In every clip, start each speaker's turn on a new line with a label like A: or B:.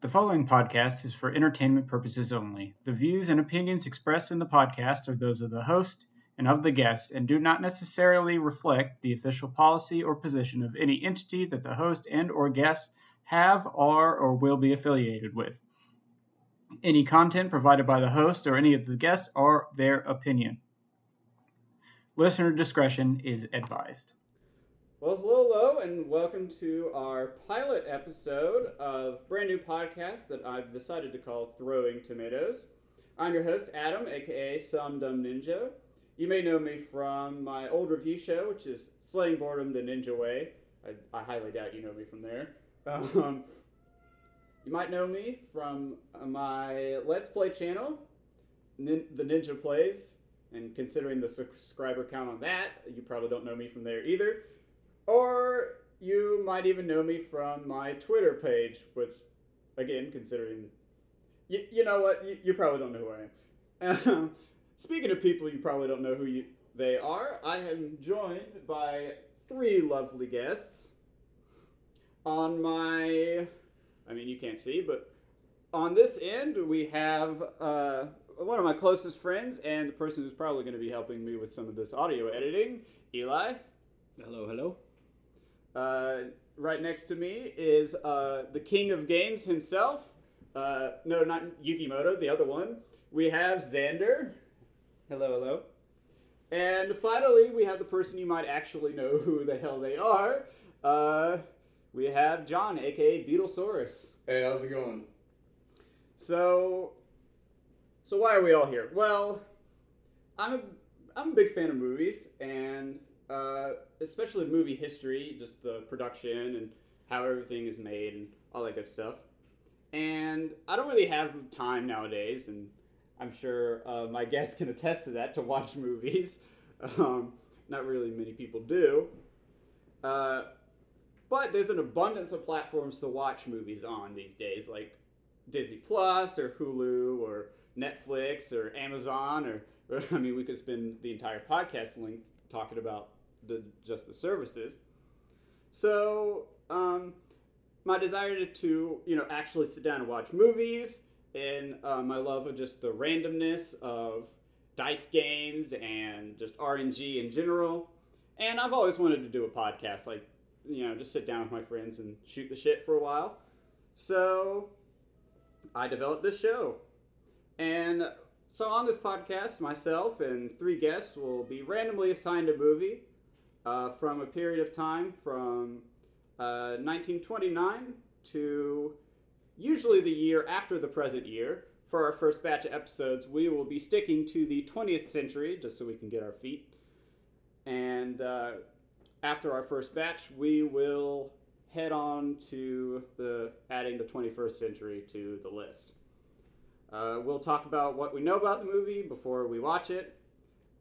A: The following podcast is for entertainment purposes only. The views and opinions expressed in the podcast are those of the host and of the guest and do not necessarily reflect the official policy or position of any entity that the host and or guests have are or will be affiliated with. Any content provided by the host or any of the guests are their opinion. Listener discretion is advised.
B: Well, hello, hello, and welcome to our pilot episode of brand new podcast that I've decided to call Throwing Tomatoes. I'm your host, Adam, aka Some Dumb Ninja. You may know me from my old review show, which is Slaying Boredom the Ninja Way. I, I highly doubt you know me from there. Um, you might know me from uh, my Let's Play channel, Nin- The Ninja Plays, and considering the subscriber count on that, you probably don't know me from there either. Or you might even know me from my Twitter page, which, again, considering. You, you know what? You, you probably don't know who I am. Um, Speaking of people you probably don't know who you, they are, I am joined by three lovely guests. On my. I mean, you can't see, but on this end, we have uh, one of my closest friends and the person who's probably going to be helping me with some of this audio editing, Eli.
C: Hello, hello.
B: Uh, right next to me is uh, the king of games himself. Uh, no, not Yukimoto, the other one. We have Xander.
C: Hello, hello.
B: And finally, we have the person you might actually know who the hell they are. Uh, we have John, aka Beetlesaurus.
D: Hey, how's it going?
B: So, so why are we all here? Well, I'm a I'm a big fan of movies, and uh, especially movie history, just the production and how everything is made and all that good stuff. And I don't really have time nowadays, and I'm sure uh, my guests can attest to that to watch movies. Um, not really many people do. Uh, but there's an abundance of platforms to watch movies on these days, like Disney Plus or Hulu or Netflix or Amazon or I mean, we could spend the entire podcast length talking about the just the services. So um, my desire to, to you know actually sit down and watch movies, and uh, my love of just the randomness of dice games and just RNG in general. And I've always wanted to do a podcast, like you know, just sit down with my friends and shoot the shit for a while. So I developed this show. And so on this podcast, myself and three guests will be randomly assigned a movie uh, from a period of time from uh, 1929 to usually the year after the present year. For our first batch of episodes, we will be sticking to the 20th century just so we can get our feet. And uh, after our first batch, we will head on to the adding the 21st century to the list. Uh, we'll talk about what we know about the movie before we watch it.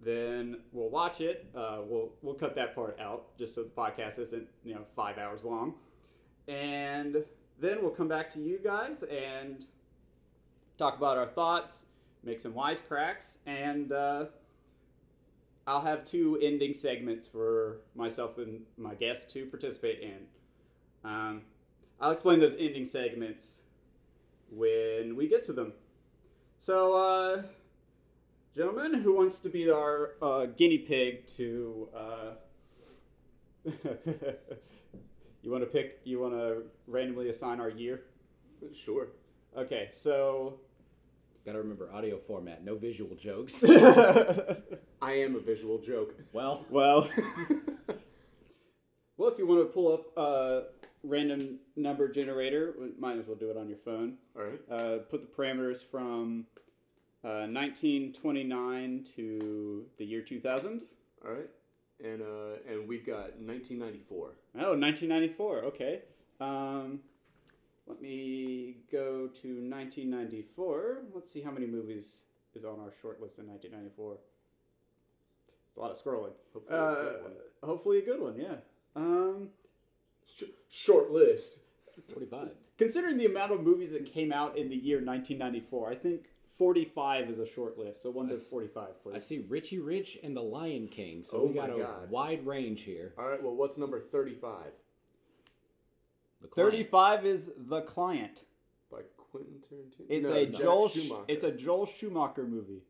B: Then we'll watch it. Uh, we'll we'll cut that part out just so the podcast isn't you know five hours long. And then we'll come back to you guys and talk about our thoughts, make some wisecracks, and uh, I'll have two ending segments for myself and my guests to participate in. Um, I'll explain those ending segments when we get to them. So, uh, gentlemen, who wants to be our uh, guinea pig to? Uh, you want to pick? You want to randomly assign our year?
C: Sure.
B: Okay, so
C: Gotta remember audio format, no visual jokes.
D: I am a visual joke.
C: well,
B: Well, well, if you want to pull up a random number generator, we might as well do it on your phone.
D: All right.
B: Uh, put the parameters from uh, 1929 to the year 2000.
D: All right. And uh, and we've got 1994.
B: Oh, 1994. Okay. Um, let me go to 1994. Let's see how many movies is on our short list in 1994. It's a lot of scrolling.
D: Hopefully a
B: Uh,
D: good one.
B: hopefully a good one. Yeah. Um,
D: Sh- short list.
C: 45.
B: considering the amount of movies that came out in the year 1994, I think 45 is a short list. So one to
C: That's-
B: 45,
C: I
B: please.
C: see Richie Rich and the Lion King, so
D: Oh
C: we got
D: my
C: a
D: God.
C: wide range here.
D: All right. Well, what's number 35?
C: The Client.
B: 35 is The Client.
D: by Quentin Tarantino.
B: It's
D: No,
B: a
D: Joel
B: Joel. Sch-
D: Schumacher.
B: it's a Joel Schumacher movie.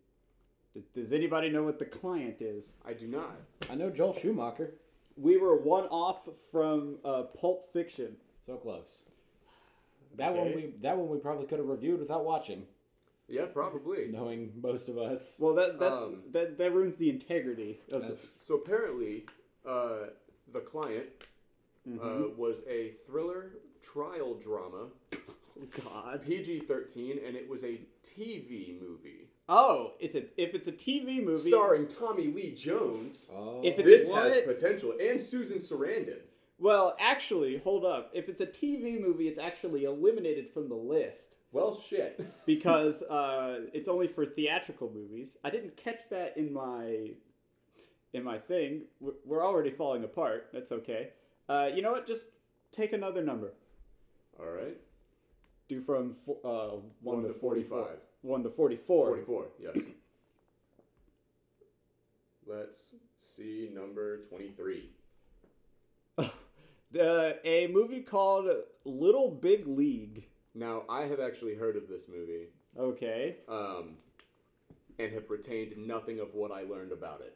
B: Does, does anybody know what the client is?
D: I do not.
C: I know Joel Schumacher.
B: We were one off from uh, Pulp Fiction.
C: So close. That one
D: Okay.
C: we that one we probably could have reviewed without watching,
D: Yeah, probably.
C: knowing most of us.
B: Well, that that's
D: Um,
B: that that ruins the integrity of the
C: That's-
D: So apparently, uh, the client uh,
B: Mm-hmm.
D: was a thriller trial drama,
B: God.
D: PG thirteen, and it was a TV movie
B: Oh, it's a if it's a TV movie.
D: starring Tommy Lee Jones.
C: oh,
B: If it's-
D: This
B: What?
D: has potential, and Susan Sarandon.
B: Well, actually, hold up. If it's a TV movie, it's actually eliminated from the list
D: Well, shit.
B: because uh, it's only for theatrical movies. I didn't catch that in my in my thing. We're- We're already falling apart. That's okay. Uh, you know what? Just take another number.
D: All right,
B: Do from fo- uh, one,
D: One
B: to
D: to
B: forty-four.
D: 45.
B: One to forty-four.
D: forty-four. Yes. Let's see number twenty-three.
B: The- a movie called Little Big League.
D: Now, I have actually heard of this movie,
B: Okay,
D: um, and have retained nothing of what I learned about it.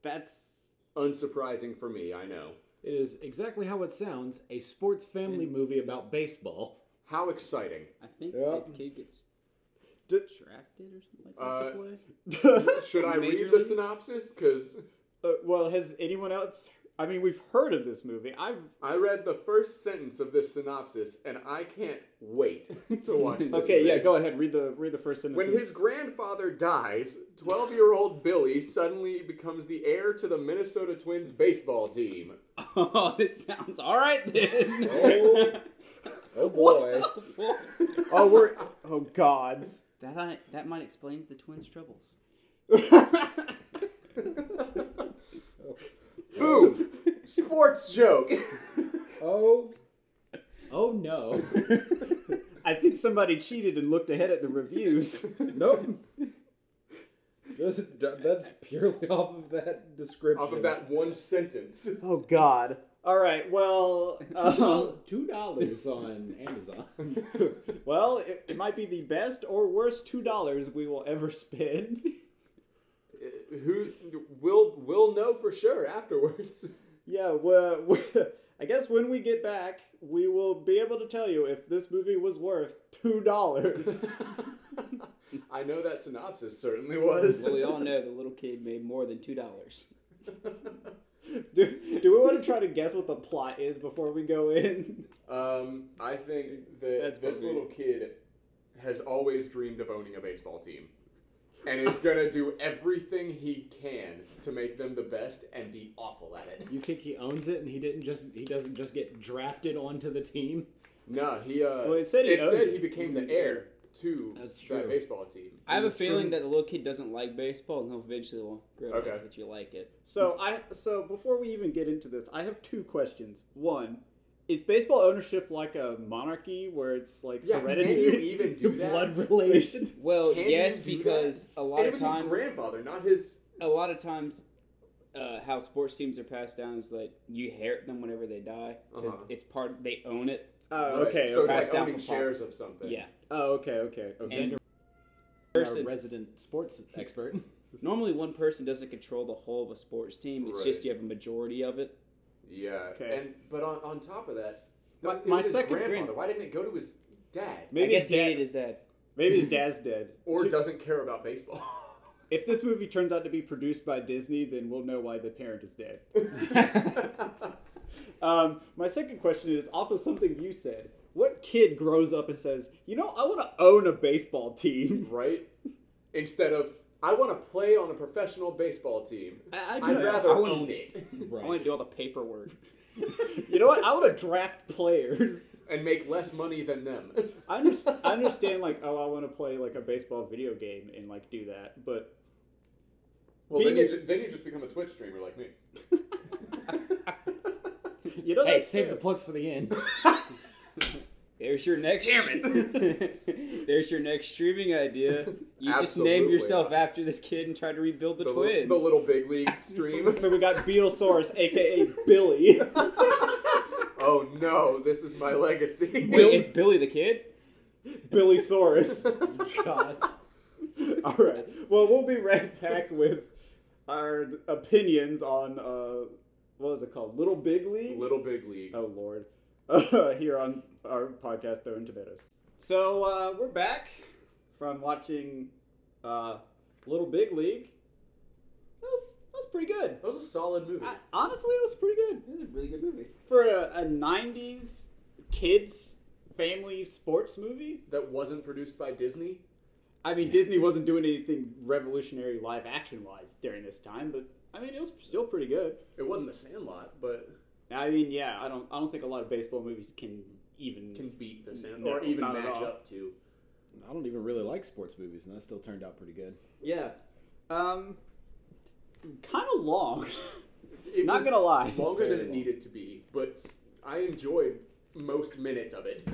B: that's
D: Unsurprising for me, I know.
C: it is exactly how it sounds, a sports family movie about baseball.
D: How exciting!
E: I think
B: Yep.
E: that kid gets
B: D-
E: distracted or something like that.
D: Uh,
E: to play.
D: Should I
E: Major
D: read the
E: League?
D: synopsis? Because
B: Uh, well, has anyone else? I mean, we've heard of this movie. I've
D: I read the first sentence of this synopsis, and I can't wait to watch this.
B: okay. Yeah,
D: movie.
B: go ahead. Read the read the first sentence.
D: When his grandfather dies, 12 year old Billy suddenly becomes the heir to the Minnesota Twins baseball team.
E: Oh, it sounds all right then.
B: oh boy. oh, we're oh gods.
E: that I, that might explain the twins' troubles.
D: Boom!
B: oh.
D: Sports joke!
C: Oh, oh no,
B: I think somebody cheated and looked ahead at the reviews.
C: nope. That's, that's purely off of that description.
D: Off of that one sentence.
B: oh God. All right. Well, uh,
C: two dollars on Amazon.
B: well, it, it might be the best or worst two dollars we will ever spend.
D: Who will will know for sure afterwards.
B: Yeah, well, we, I guess when we get back, we will be able to tell you if this movie was worth two dollars.
D: I know that synopsis certainly was.
E: Well, we all know the little kid made more than two dollars.
B: do, do we want to try to guess what the plot is before we go in?
D: Um, I think that
B: That's
D: this
B: probably-
D: little kid has always dreamed of owning a baseball team, and is gonna do everything he can to make them the best and be awful at it.
C: You think he owns it, and he didn't just he doesn't just get drafted onto the team?
D: No, he. Uh,
B: Well, it said he owned it. Mm-hmm.
D: he became the heir to
C: That's true.
D: that baseball team.
E: I have a feeling that the little kid doesn't like baseball, and he'll eventually will grow
D: Okay.
E: up that you like it.
B: So I so before we even get into this, I have two questions. One, is baseball ownership like a monarchy where it's like
D: Yeah,
B: hereditary?
D: can you even do that?
C: Blood relation.
E: Well,
D: Can you
E: Oh, yes,
D: do
E: because a lot
D: and it
E: of
D: was
E: times,
D: his grandfather, not his.
E: a lot of times, uh, how sports teams are passed down is like you inherit them whenever they die because
D: Uh-huh.
E: it's part they own it.
B: Oh,
D: Right,
B: okay. okay.
D: So it's
E: Passed
D: like
E: down
D: owning
E: from pop-
D: shares of something.
E: Yeah.
B: oh, okay, okay, okay.
C: Xander, our
E: Person-
C: resident sports expert.
E: Normally, one person doesn't control the whole of a sports team. It's
D: Right.
E: just you have a majority of it.
D: Yeah.
B: Okay.
D: And but on on top of that,
B: My-
D: it was
B: my
D: his
B: second
D: grandfather.
B: grand-
D: Why didn't it go to his dad?
E: I
B: Maybe
E: guess
B: his
E: he
B: dad.
E: hated his dad.
B: maybe his dad's dead.
D: Or
B: Two-
D: doesn't care about baseball.
B: if this movie turns out to be produced by Disney, then we'll know why the parent is dead. Um, my second question is off of something you said. What kid grows up and says, "You know, I want to own a baseball team"?
D: right? Instead of I want to play on a professional baseball team.
B: I, I
D: I'd
B: do.
D: rather
E: I wanna-
D: own it
E: I want to do all the paperwork.
B: you know what? I want to draft players.
D: and make less money than them.
B: I understand, I understand, like, oh, I want to play like a baseball video game and like do that, but
D: Well, then
B: Being
D: you, ju- then you just become a Twitch streamer like me.
B: you know,
C: Hey,
B: that's
C: save
B: fair.
C: the plugs for the end.
E: There's your next. There's your next streaming idea. You just
D: Absolutely
E: named yourself
D: not.
E: after this kid and tried to rebuild the,
D: The, li-
E: twins.
D: the little big league stream.
B: so we got Beetlesaurus, aka Billy.
D: oh no, this is my legacy.
E: Wait, it's Billy the Kid?
B: Billy Saurus.
C: God.
B: All right. Well, we'll be right back with our opinions on uh, what was it called? Little Big League.
D: Little Big League.
B: Oh Lord. Uh, here on our podcast, Throwing Tomatoes. So uh, we're back from watching uh, Little Big League. That was that was pretty good.
D: That was a solid movie.
B: I, honestly, it was pretty good
E: This is a really good movie.
B: for a, a '90s kids family sports movie.
D: that wasn't produced by Disney.
B: I mean, Disney wasn't doing anything revolutionary live action wise during this time, but I mean, it was still pretty good.
D: It wasn't The Sandlot, but
B: I mean, yeah, I don't, I don't think a lot of baseball movies can even.
D: can beat The Sandlot
B: No,
D: or even
B: not at
D: match
B: all.
D: up to.
C: I don't even really like sports movies, and that still turned out pretty good.
B: yeah, um, kind of long.
D: It
B: Not
D: was
B: gonna lie.
D: longer than
C: Very
D: it
C: long.
D: needed to be, but I enjoyed most minutes of it.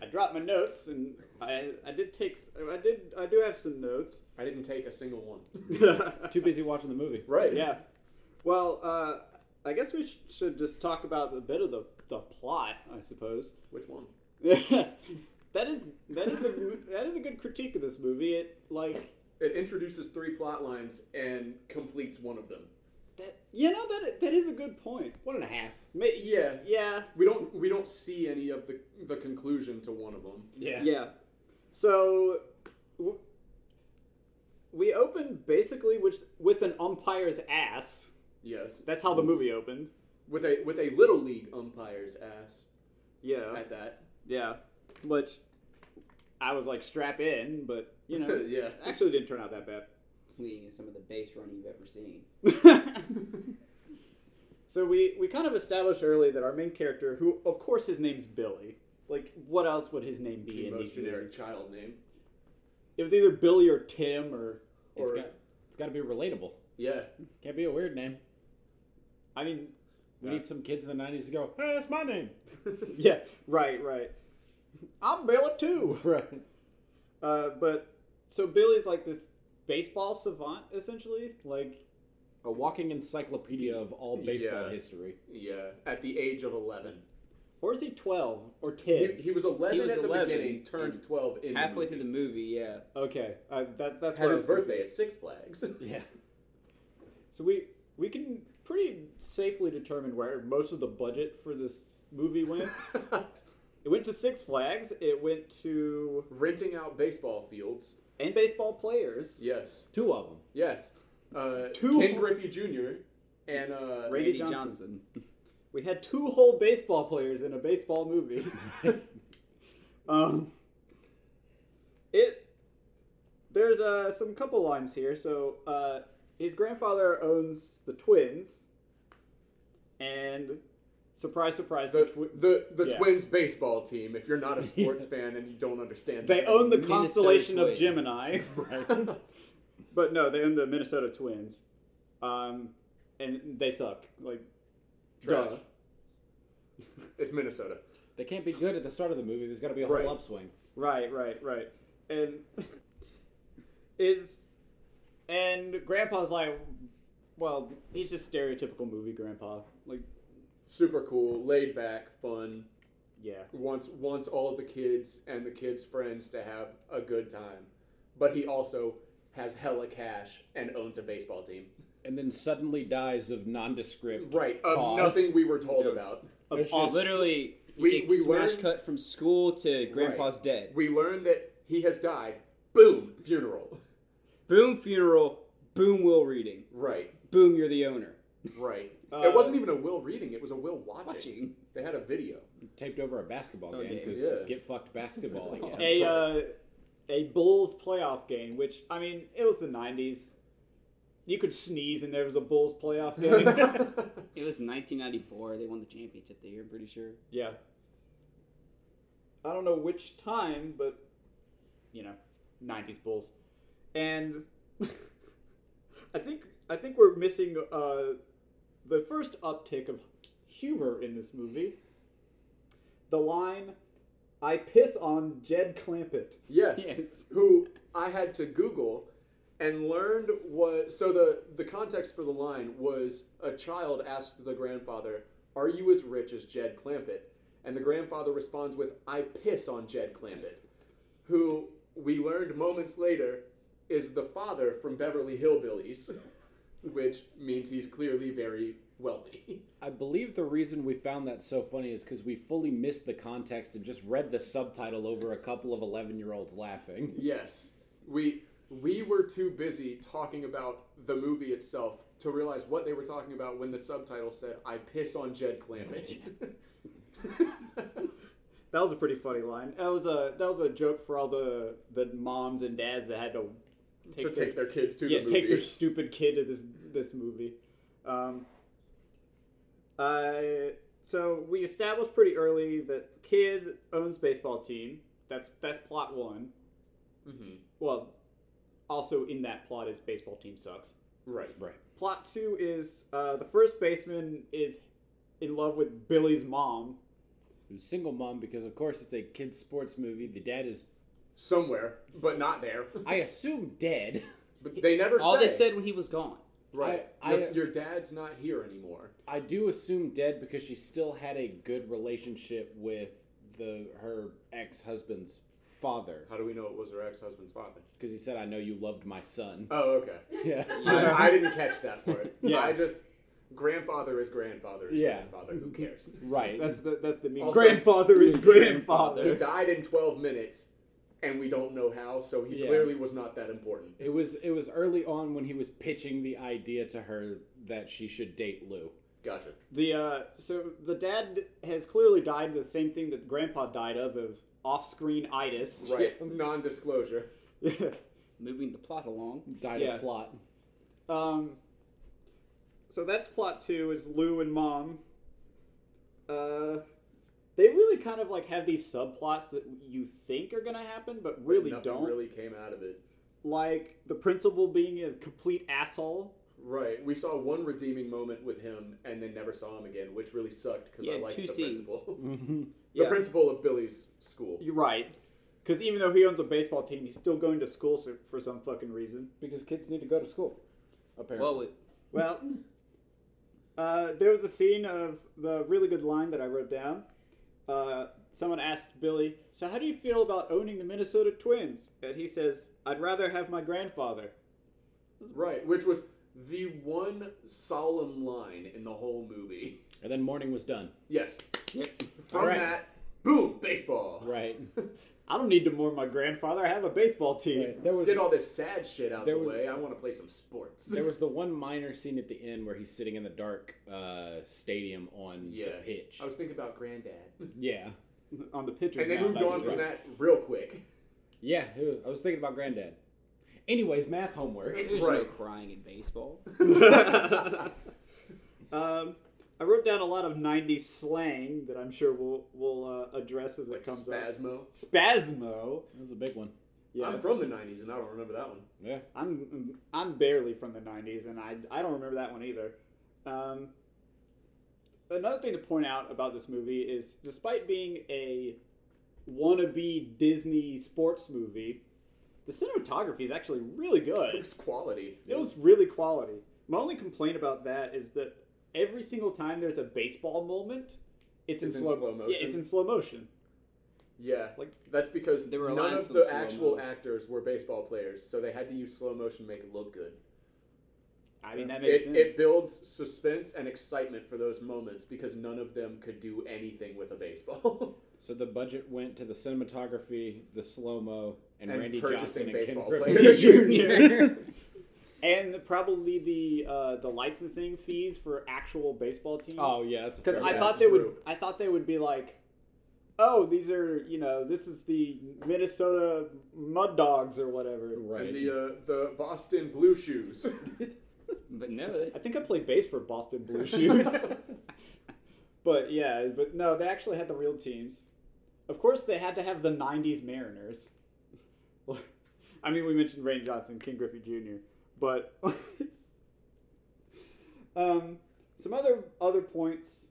B: I dropped my notes, and I, I did take, s- I did, I do have some notes.
D: I didn't take a single one.
C: Too busy watching the movie.
D: Right.
B: yeah. Well, uh, I guess we sh- should just talk about a bit of the the plot, I suppose.
D: Which one?
B: that is that is a that is a good critique of this movie. It like
D: It introduces three plot lines and completes one of them.
B: that you know that that is a good point.
C: One and a half.
B: Ma- Yeah, yeah,
D: We don't we don't see any of the the conclusion to one of them.
C: Yeah.
B: yeah. So w- we open basically with with an umpire's ass.
D: Yes.
B: That's how the movie opened.
D: With a with a little league umpire's ass
B: Yeah,
D: at that.
B: yeah. Which I was like strap in, but you know,
D: Yeah.
B: actually didn't turn out that bad.
E: Leading is some of the base running you've ever seen.
B: so we, we kind of established early that our main character, who of course his name's Billy, like what else would his name be
D: The
B: in
D: most
B: these movies?
D: generic child name.
B: It was either Billy or Tim or
C: It's
B: or
C: got, it's got to be relatable.
D: Yeah.
C: Can't be a weird name.
B: I mean
C: We need some kids in the 90s to go, hey, that's my name.
B: yeah right right I'm Billy too
C: Right.
B: uh, but so Billy's like this baseball savant essentially like
C: A walking encyclopedia of all baseball
D: Yeah.
C: history.
D: Yeah. At the age of eleven.
B: or is he twelve or
D: He,
B: ten
D: he was eleven
E: He was
D: at the
E: 11,
D: beginning, turned twelve in
E: Halfway
D: the
E: through the movie, yeah.
B: okay uh, that, that's
D: had
B: where I
D: his
B: was
D: birthday
B: confused.
D: at Six Flags.
C: Yeah.
B: So we we can pretty safely determine where most of the budget for this movie went. it went to Six Flags. It went to
D: Renting out baseball fields.
B: and baseball players.
D: Yes.
C: Two of them.
D: Yeah. Uh,
B: Two-
D: Ken Griffey Jr. and uh,
B: Randy
E: Randy
B: Johnson.
E: Johnson.
B: We had two whole baseball players in a baseball movie. um, it there's uh, some couple lines here. So uh, his grandfather owns the Twins, and surprise, surprise,
D: the
B: the Twi-
D: the, the
B: Yeah.
D: Twins baseball team. If you're not a sports fan and you don't understand,
B: They
D: that.
B: own the
E: Minnesota
B: constellation of
E: Twins.
B: Gemini, but no, they own the Minnesota Twins, um, and they suck. Like,
D: Trash.
B: duh.
D: it's Minnesota.
C: They can't be good at the start of the movie. There's got to be a
D: Right.
C: whole upswing.
B: Right, right, right. And is and Grandpa's like, well, he's just stereotypical movie Grandpa. Like,
D: Super cool, laid back, fun.
B: yeah,
D: Wants wants all of the kids and the kids' friends to have a good time, but he also has hella cash and owns a baseball team.
C: And then suddenly dies of nondescript.
D: Right, of
C: cause.
D: nothing we were told about.
B: of
C: It's just-
B: off-
E: Literally,
D: We-
E: we,
D: we
E: smash
D: learned-
E: cut from school to Grandpa's
D: Right.
E: dead.
D: We learn that he has died. Boom, funeral.
E: Boom funeral. Boom will reading.
D: Right,
E: Boom, you're the owner.
D: right.
B: Uh,
D: it wasn't even a will reading; it was a will watching.
E: Watching.
D: They had a video.
C: Taped over a basketball
E: Oh,
C: game
E: damn.
C: because
D: Yeah.
C: get fucked basketball, I guess.
B: a uh, a Bulls playoff game, which I mean, it was the '90s. You could sneeze, and there was a Bulls playoff game.
E: It was 1994. They won the championship that year, I'm pretty sure.
B: Yeah. I don't know which time, but you know, '90s Bulls, and I think I think we're missing uh, the first uptick of humor in this movie. The line, "I piss on Jed Clampett."
D: Yes.
E: Yes.
D: Who I had to Google and learned was so the the context for the line was a child asked the grandfather, "Are you as rich as Jed Clampett?" and the grandfather responds with, I piss on Jed Clampett, who we learned moments later is the father from Beverly Hillbillies, which means he's clearly very wealthy.
F: I believe the reason we found that so funny is because we fully missed the context and just read the subtitle over a couple of 11 year olds laughing.
D: Yes. We we were too busy talking about the movie itself to realize what they were talking about when the subtitle said I piss on Jed Clampett.
B: That was a pretty funny line. That was a that was a joke for all the the moms and dads that had to
D: to take their kids to
B: yeah
D: the
B: take their
D: movies.
B: stupid kid to this this movie. Um, I so we established pretty early that kid owns baseball team. That's that's plot one.
D: Mhm.
B: Well, also in that plot is baseball team sucks.
D: Right.
F: Right.
B: Plot two is uh, the first baseman is in love with Billy's mom.
F: Who's single mom because, of course, it's a kids' sports movie. The dad is,
D: Somewhere, but not there.
F: I assume, dead.
D: But they never
E: All
D: say.
E: they said when he was gone.
D: Right.
F: I- I-
D: your, your dad's not here anymore.
F: I do assume dead because she still had a good relationship with the her ex husband's father
D: How do we know it was her ex-husband's father?
F: because he said, "I know you loved my son."
D: Oh, okay.
F: Yeah.
D: I, I didn't catch that part.
B: Yeah.
D: I just grandfather is grandfather is
F: Yeah.
D: grandfather. Who cares?
F: Right.
B: That's the that's the meme.
D: Also-
B: grandfather is
D: uh, He
B: grandfather.
D: died in 12 minutes, and we don't know how, so he
F: Yeah.
D: clearly was not that important.
F: It was it was early on when he was pitching the idea to her that she should date Lou.
D: Gotcha.
B: The uh, so the dad has clearly died the same thing that grandpa died of of off-screen itis.
D: Right. Non disclosure.
E: Moving the plot along.
F: Died
B: Yeah.
F: of plot.
B: um. So that's plot two is Lou and mom. Uh, they really kind of like have these subplots that you think are gonna happen, but really
D: Nothing
B: don't.
D: really came out of it.
B: Like the principal being a complete asshole.
D: Right. We saw one redeeming moment with him, and then never saw him again, which really sucked because
E: Yeah,
D: I liked
E: two
D: the
E: scenes.
D: principal. the
B: Yeah.
D: principal of Billy's school.
B: You're right. Because even though he owns a baseball team, he's still going to school so- for some fucking reason.
F: Because kids need to go to school. Apparently.
E: Well,
B: Well, uh, there was a scene of the really good line that I wrote down. Uh, someone asked Billy, So, how do you feel about owning the Minnesota Twins? And he says, I'd rather have my grandfather.
D: Right. Which was the one solemn line in the whole movie.
F: and then morning was done.
D: Yes.
E: Yep.
D: From
F: Right.
D: that, boom, baseball.
F: Right.
B: I don't need to mourn my grandfather. I have a baseball team.
F: There
D: Let's
F: was
D: get all this sad shit out
F: there
D: the
F: was-
D: way. I want to play some sports.
F: there was the one minor scene at the end where he's sitting in the dark uh, stadium on
D: yeah.
F: the pitch.
D: I was thinking about granddad.
F: yeah.
B: On the pitchers.
D: And they
B: now,
D: moved
B: that'd
D: on
B: be
D: from
B: right.
D: that real quick.
F: Yeah, who- I was thinking about granddad. Anyways, math homework.
E: there's no
D: Right.
E: crying in baseball.
B: Um, I wrote down a lot of 90s slang that I'm sure we'll, we'll uh, address as it
D: Like
B: comes up.
D: Spasmo.
B: Spasmo.
F: That was a big one.
B: Yes.
D: I'm from the 90s and I don't remember that one.
F: Yeah.
B: I'm I'm barely from the '90s, and I I don't remember that one either. Um, another thing to point out about this movie is, despite being a wannabe Disney sports movie, the cinematography is actually really
D: It
B: good.
D: was quality.
B: It was really quality. My only complaint about that is that every single time there's a baseball moment, it's,
D: It's
B: in,
D: in
B: slow,
D: slow
B: Yeah,
D: motion.
B: it's in slow motion.
D: Yeah.
B: Like-
D: that's because
E: They were
D: none
E: aligned
D: of
E: some
D: the
E: slow-mo.
D: actual actors were baseball players, so they had to use slow motion to make it look good.
B: I mean, that makes
D: It,
B: sense.
D: it builds suspense and excitement for those moments because none of them could do anything with a baseball.
F: So the budget went to the cinematography, the slow mo, and,
D: And
F: Randy
D: purchasing
F: Johnson and Ken
D: baseball
F: Griffey
D: players.
F: Jr.
B: and the- probably the uh, the licensing fees for actual baseball teams.
F: oh yeah, that's a
B: because
F: fair
B: I
F: point.
B: thought they would.
D: true.
B: I thought they would be like, oh, these are you know this is the Minnesota Mud Dogs or whatever.
F: right.
D: And the uh, the Boston Blue Shoes.
E: But no, they-
B: I think I played bass for Boston Blue Shoes. but yeah, but no, they actually had the real teams. Of course, they had to have the '90s Mariners. I mean, we mentioned Rain Johnson, King Griffey Jr., but um, some other other points.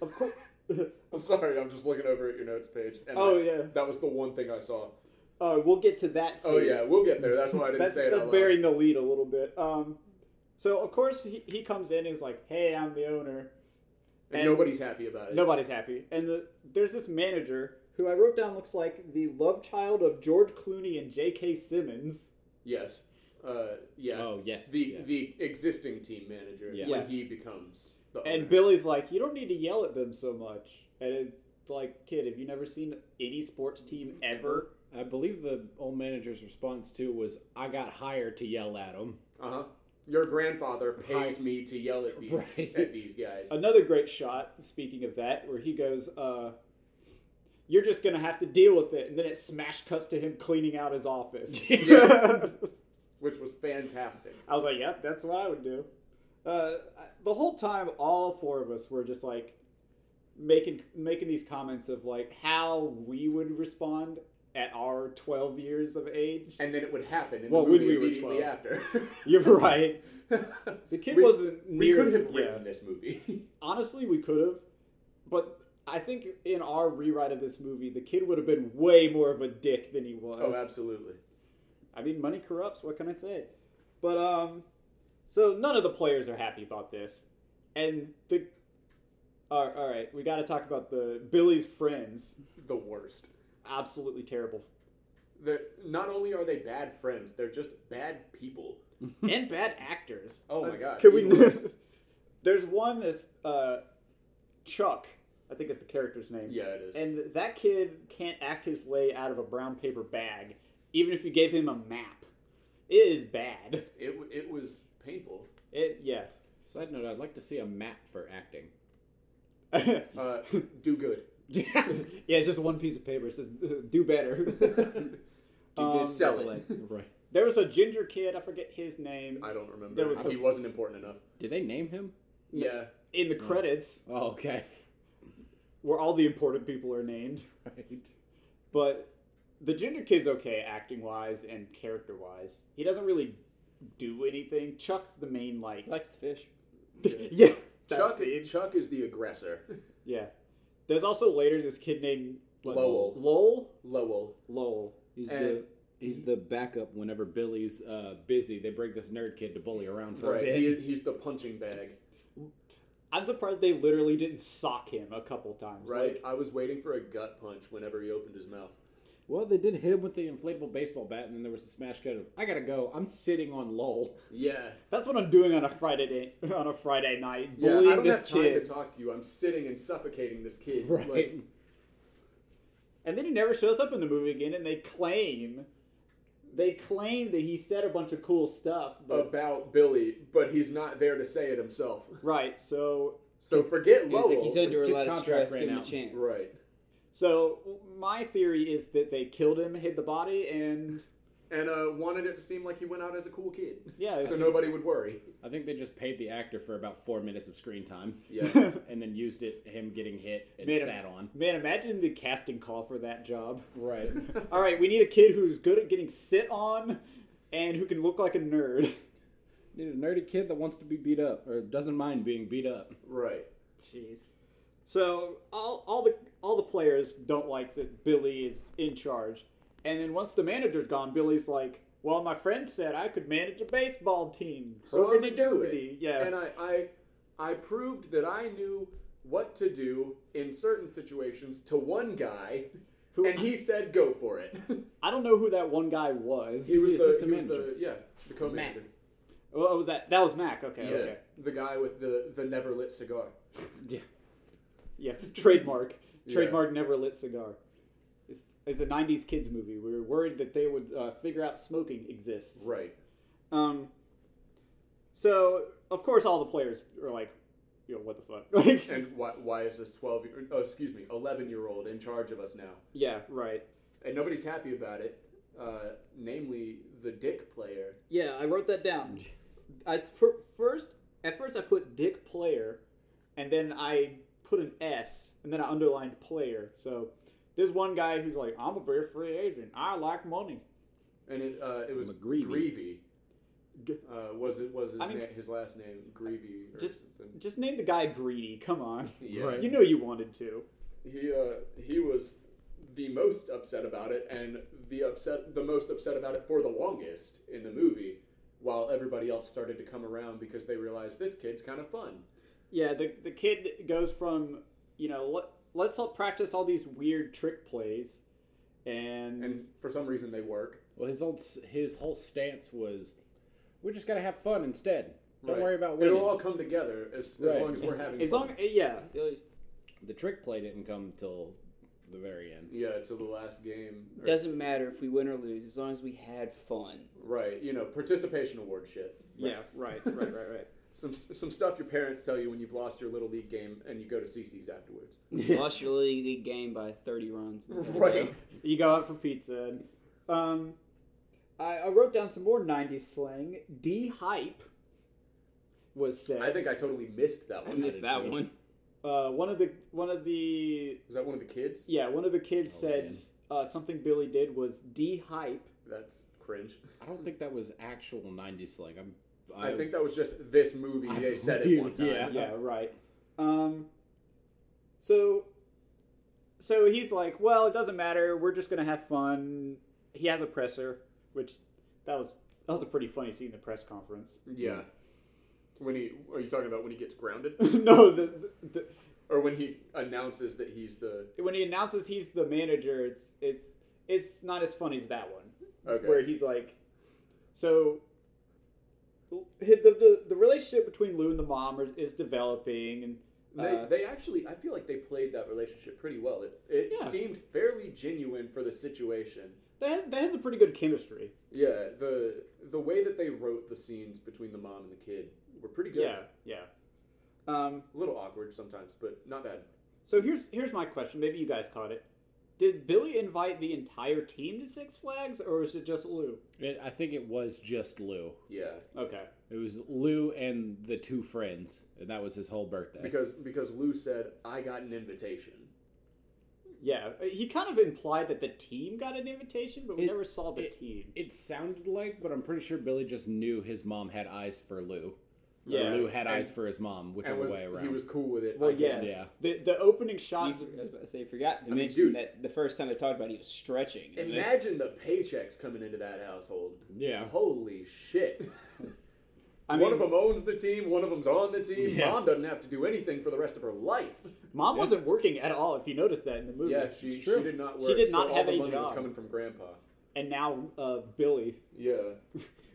B: Of course,
D: I'm sorry, I'm just looking over at your notes page. And
B: Oh,
D: I-
B: yeah.
D: That was the one thing I saw.
B: uh, we'll get to that. Scene.
D: Oh, yeah, we'll get there. That's why I didn't
B: that's
D: say it
B: that's
D: out loud.
B: burying the lead a little bit. Um, so of course he, he comes in and is like, "Hey, I'm the owner,"
D: and,
B: And-
D: nobody's happy about it.
B: Nobody's happy. And the, there's this manager who I wrote down looks like the love child of George Clooney and J.K. Simmons.
D: Yes. Uh, yeah.
F: Oh, yes,
D: The
F: yeah.
D: the existing team manager
F: Yeah.
D: when
B: Yeah.
D: he becomes the owner.
B: And Billy's like, you don't need to yell at them so much. And it's like, kid, have you never seen any sports team ever?
F: I believe the old manager's response too was, "I got hired to yell at him."
D: Uh huh. Your grandfather pays me to yell at these
F: Right.
D: at these guys.
B: Another great shot, speaking of that, where he goes, uh, you're just going to have to deal with it. And then it smash cuts to him cleaning out his office.
D: Yes. which was fantastic.
B: I was like, yep, that's what I would do. Uh, I- the whole time, all four of us were just like making making these comments of like how we would respond at our 12 years of age.
D: And then it would happen in
B: Well,
D: the
B: when
D: movie
B: we were
D: immediately
B: 12.
D: after.
B: You're right. The kid
D: We-
B: wasn't.
D: We
B: near-
D: could have written
B: yeah.
D: this movie.
B: Honestly, we could have, but I think in our rewrite of this movie, the kid would have been way more of a dick than he was.
D: oh, absolutely.
B: I mean, money corrupts. What can I say? But um, so none of the players are happy about this, and the. All right, all right, we got to talk about the Billy's friends.
D: The worst.
B: Absolutely terrible
D: They're, not only are they bad friends, they're just bad people.
B: and bad actors.
D: Oh my god.
B: Uh, Can we?
D: even worse.
B: There's one that's uh, Chuck. I think it's the character's name.
D: yeah, it is.
B: And that kid can't act his way out of a brown paper bag, even if you gave him a map. It is bad.
D: it, w- it was painful.
B: It yeah.
F: Side note: I'd like to see a map for acting.
D: Uh, do good.
B: yeah, it's just one piece of paper. It says, "Do better." Um,
D: Sell it.
F: right?
B: there was a ginger kid. I forget his name
D: I don't remember.
B: There was the-
D: he wasn't important enough.
F: Did they name him?
D: Yeah.
B: in the credits
F: Oh, okay.
B: where all the important people are named.
F: Right.
B: But the ginger kid's okay acting wise and character wise. He doesn't really do anything. Chuck's the main like.
E: likes to fish.
B: yeah. that
D: Chuck,
B: scene.
D: Chuck is the aggressor.
B: Yeah. There's also later this kid named what,
D: Lowell.
B: Lowell.
D: Lowell.
B: Lowell.
F: He's the
D: And-
F: he's the backup whenever Billy's uh, busy. They bring this nerd kid to bully around for a
D: Right.
F: bit.
D: He, he's the punching bag.
B: I'm surprised they literally didn't sock him a couple times.
D: Right.
B: Like,
D: I was waiting for a gut punch whenever he opened his mouth.
F: Well, they did hit him with the inflatable baseball bat, and then there was the smash cut of "I gotta go. I'm sitting on lol."
D: Yeah.
B: that's what I'm doing on a Friday day, on a Friday night,
D: Yeah.
B: bullying
D: I don't
B: this
D: have time
B: kid.
D: to talk to you. I'm sitting and suffocating this kid.
F: Right.
D: Like,
B: And then he never shows up in the movie again, and they claim, they claim that he said a bunch of cool stuff. But,
D: about Billy, but he's not there to say it himself.
B: right, so
D: So forget
E: He's
D: Lowell.
E: like he's under a
F: Kid's
E: lot of
F: contract
E: stress.
F: ran
E: Give him a
F: out.
E: chance.
D: right.
B: so my theory is that they killed him, hid the body, and
D: And uh, wanted it to seem like he went out as a cool kid.
B: yeah,
D: So nobody would worry.
F: I think they just paid the actor for about four minutes of screen time,
D: Yeah.
F: and then used it him getting hit and
B: Made him-
F: sat on.
B: Man, imagine the casting call for that job.
F: Right.
B: All right, we need a kid who's good at getting sit on and who can look like a nerd.
F: Need a nerdy kid that wants to be beat up or doesn't mind being beat up.
D: right.
B: Jeez. So all, all the all the players don't like that Billy is in charge, and then once the manager's gone, Billy's like, "Well, my friend said I could manage a baseball team,
D: So I'm
B: Hurdy
D: gonna do
B: doody."
D: it.
B: Yeah,
D: And I, I I proved that I knew what to do in certain situations to one guy,
B: Who-
D: and he said go for it.
B: I don't know who that one guy was.
D: he was
F: the
D: the,
F: assistant
D: he was the
F: manager.
D: yeah the co-manager.
B: oh, oh, that that was Mac. Okay,
D: Yeah,
B: okay,
D: the guy with the the never lit cigar.
F: Yeah.
B: yeah. Trademark,
D: Yeah.
B: trademark. Never lit cigar. It's, it's a '90s kids movie. We were worried that they would uh, figure out smoking exists.
D: Right.
B: Um, so of course all the players are like, you know, what the fuck? Like,
D: And why, why is this twelve? year- Oh, excuse me, eleven year old in charge of us now,
B: yeah, right.
D: and nobody's happy about it. Uh, namely, the dick player.
B: Yeah, I wrote that down. I s- fir- first at first I put Dick player, and then I put an S, and then I underlined player. So there's one guy who's like, I'm a beer free agent. I like money.
D: And it, uh, it was
F: McGreevy.
D: Greavy.
B: G-
D: Uh, was it was his,
B: I mean-
D: na- his last name Greavy or
B: Just-
D: something?
B: Just name the guy greedy. Come on,
D: Yeah,
F: Right.
B: you know you wanted to.
D: he uh, he was the most upset about it, and the upset the most upset about it for the longest in the movie, while everybody else started to come around because they realized this kid's kind of fun.
B: Yeah, the, the kid goes from, you know, let, let's all practice all these weird trick plays. And,
D: and for some reason they work.
F: Well, his old s- his whole stance was, "We're just gonna have fun instead. Don't
D: Right.
F: worry about winning."
D: It'll all come together as, as
F: Right.
D: long as we're having
B: as
D: fun.
B: long, yeah,
F: the trick play didn't come till the very end.
D: yeah, till the last game. or-
E: Doesn't matter if we win or lose, as long as we had fun.
D: Right, you know, participation award shit.
B: yeah, right, right, right, right.
D: Some some stuff your parents tell you when you've lost your little league game and you go to CC's afterwards.
E: Lost your league league game by 30 runs.
D: Right.
B: You go out for pizza. And, um, I, I wrote down some more '90s slang. D hype was said.
D: I think I totally missed that
E: I
D: one.
E: missed that one.
B: uh, one of the one of the
D: Was that one of the kids?
B: yeah one of the kids
F: Oh,
B: said uh, something Billy did was D hype.
D: That's cringe.
F: I don't think that was actual '90s slang. I'm,
D: I, think that was just this movie.
F: I
D: they said it
F: believe-
D: one time.
F: yeah.
B: Yeah, right. Um, so so he's like, well, it doesn't matter. We're just gonna have fun. He has a presser, which that was that was a pretty funny scene in the press conference.
D: Yeah. When he are you talking about when he gets grounded
B: no, the, the,
D: or when he announces that he's the
B: the when he announces he's the manager, it's it's it's not as funny as that one,
D: okay?
B: where he's like, so. The, the, the relationship between Lou and the mom are, is developing, and
D: they,
B: uh,
D: they actually I feel like they played that relationship pretty well. It it
B: Yeah.
D: seemed fairly genuine for the situation.
B: that that has a pretty good chemistry.
D: Yeah, the the way that they wrote the scenes between the mom and the kid were pretty good.
B: Yeah, yeah. Um,
D: A little awkward sometimes, but not bad.
B: so here's here's my question. Maybe you guys caught it. Did Billy invite the entire team to Six Flags, or was it just Lou?
F: It, I think it was just Lou.
D: Yeah.
B: Okay.
F: It was Lou and the two friends, and that was his whole birthday.
D: Because because Lou said, I got an invitation.
B: Yeah, uh, he kind of implied that the team got an invitation, but we
F: It-
B: never saw the
F: it-
B: team.
F: it sounded like, but I'm pretty sure Billy just knew his mom had eyes for Lou.
B: Yeah,
F: or Lou had
D: and-
F: eyes for his mom, whichever
D: And was,
F: way around.
D: he was cool with it.
B: Well,
D: I guess.
B: yes.
F: Yeah.
B: The the opening
E: You, I
B: shot.
E: was about to say, forgot to
D: mean,
E: mention
D: dude.
E: that the first time they talked about it, he was stretching. And that's-
D: Imagine the paychecks coming into that household.
F: yeah.
D: Holy shit.
B: I mean,
D: one of them owns the team, one of them's on the team.
F: Yeah.
D: Mom doesn't have to do anything for the rest of her life.
B: mom wasn't working at all. If you noticed that in the movie,
D: Yeah, she,
B: It's
D: she
B: true.
D: did not
B: She
D: work.
B: did
D: so
B: not have a
D: all the money was
B: job.
D: coming from grandpa.
B: And now uh, Billy,
D: Yeah.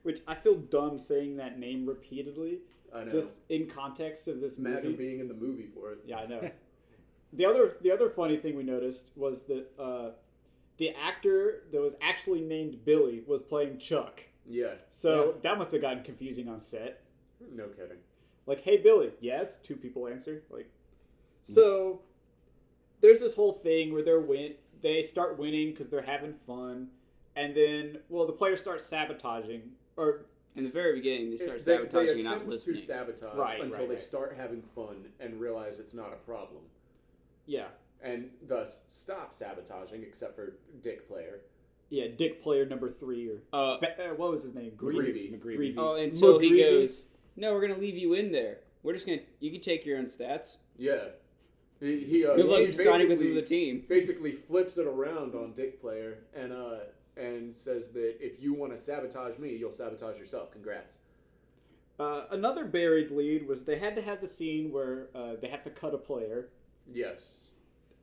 B: which I feel dumb saying that name repeatedly,
D: I know.
B: just in context of this
D: Imagine
B: movie.
D: being in the movie for it.
B: Yeah, I know. the other the other funny thing we noticed was that uh, the actor that was actually named Billy was playing Chuck.
D: Yeah.
B: So that must have gotten confusing on set.
D: No kidding.
B: Like, hey Billy, yes, two people answer. Like So there's this whole thing where they're win they start winning because they're having fun, and then well the players start sabotaging or
E: in the very beginning, they start
D: They- they
E: sabotaging and not
D: attempt
E: listening.
D: to sabotage
B: Right,
D: until
B: right,
D: they
B: right.
D: start having fun and realize it's not a problem,
B: yeah.
D: and thus stop sabotaging. Except for Dick Player,
B: Yeah, Dick player number three or
E: Uh,
B: spe- uh, what was his name?
D: Greedy.
F: McGreevy.
E: oh, and so he
B: McGreevy.
E: goes, "No, we're gonna leave you in there. We're just gonna. You can take your own stats.
D: Yeah, he, he, uh,
E: Good luck
D: he
E: deciding with
D: basically-
E: the team."
D: Basically, flips it around on Dick Player and uh and says that if you want to sabotage me, you'll sabotage yourself. Congrats.
B: Uh, another buried lead was they had to have the scene where uh, they have to cut a player.
D: Yes,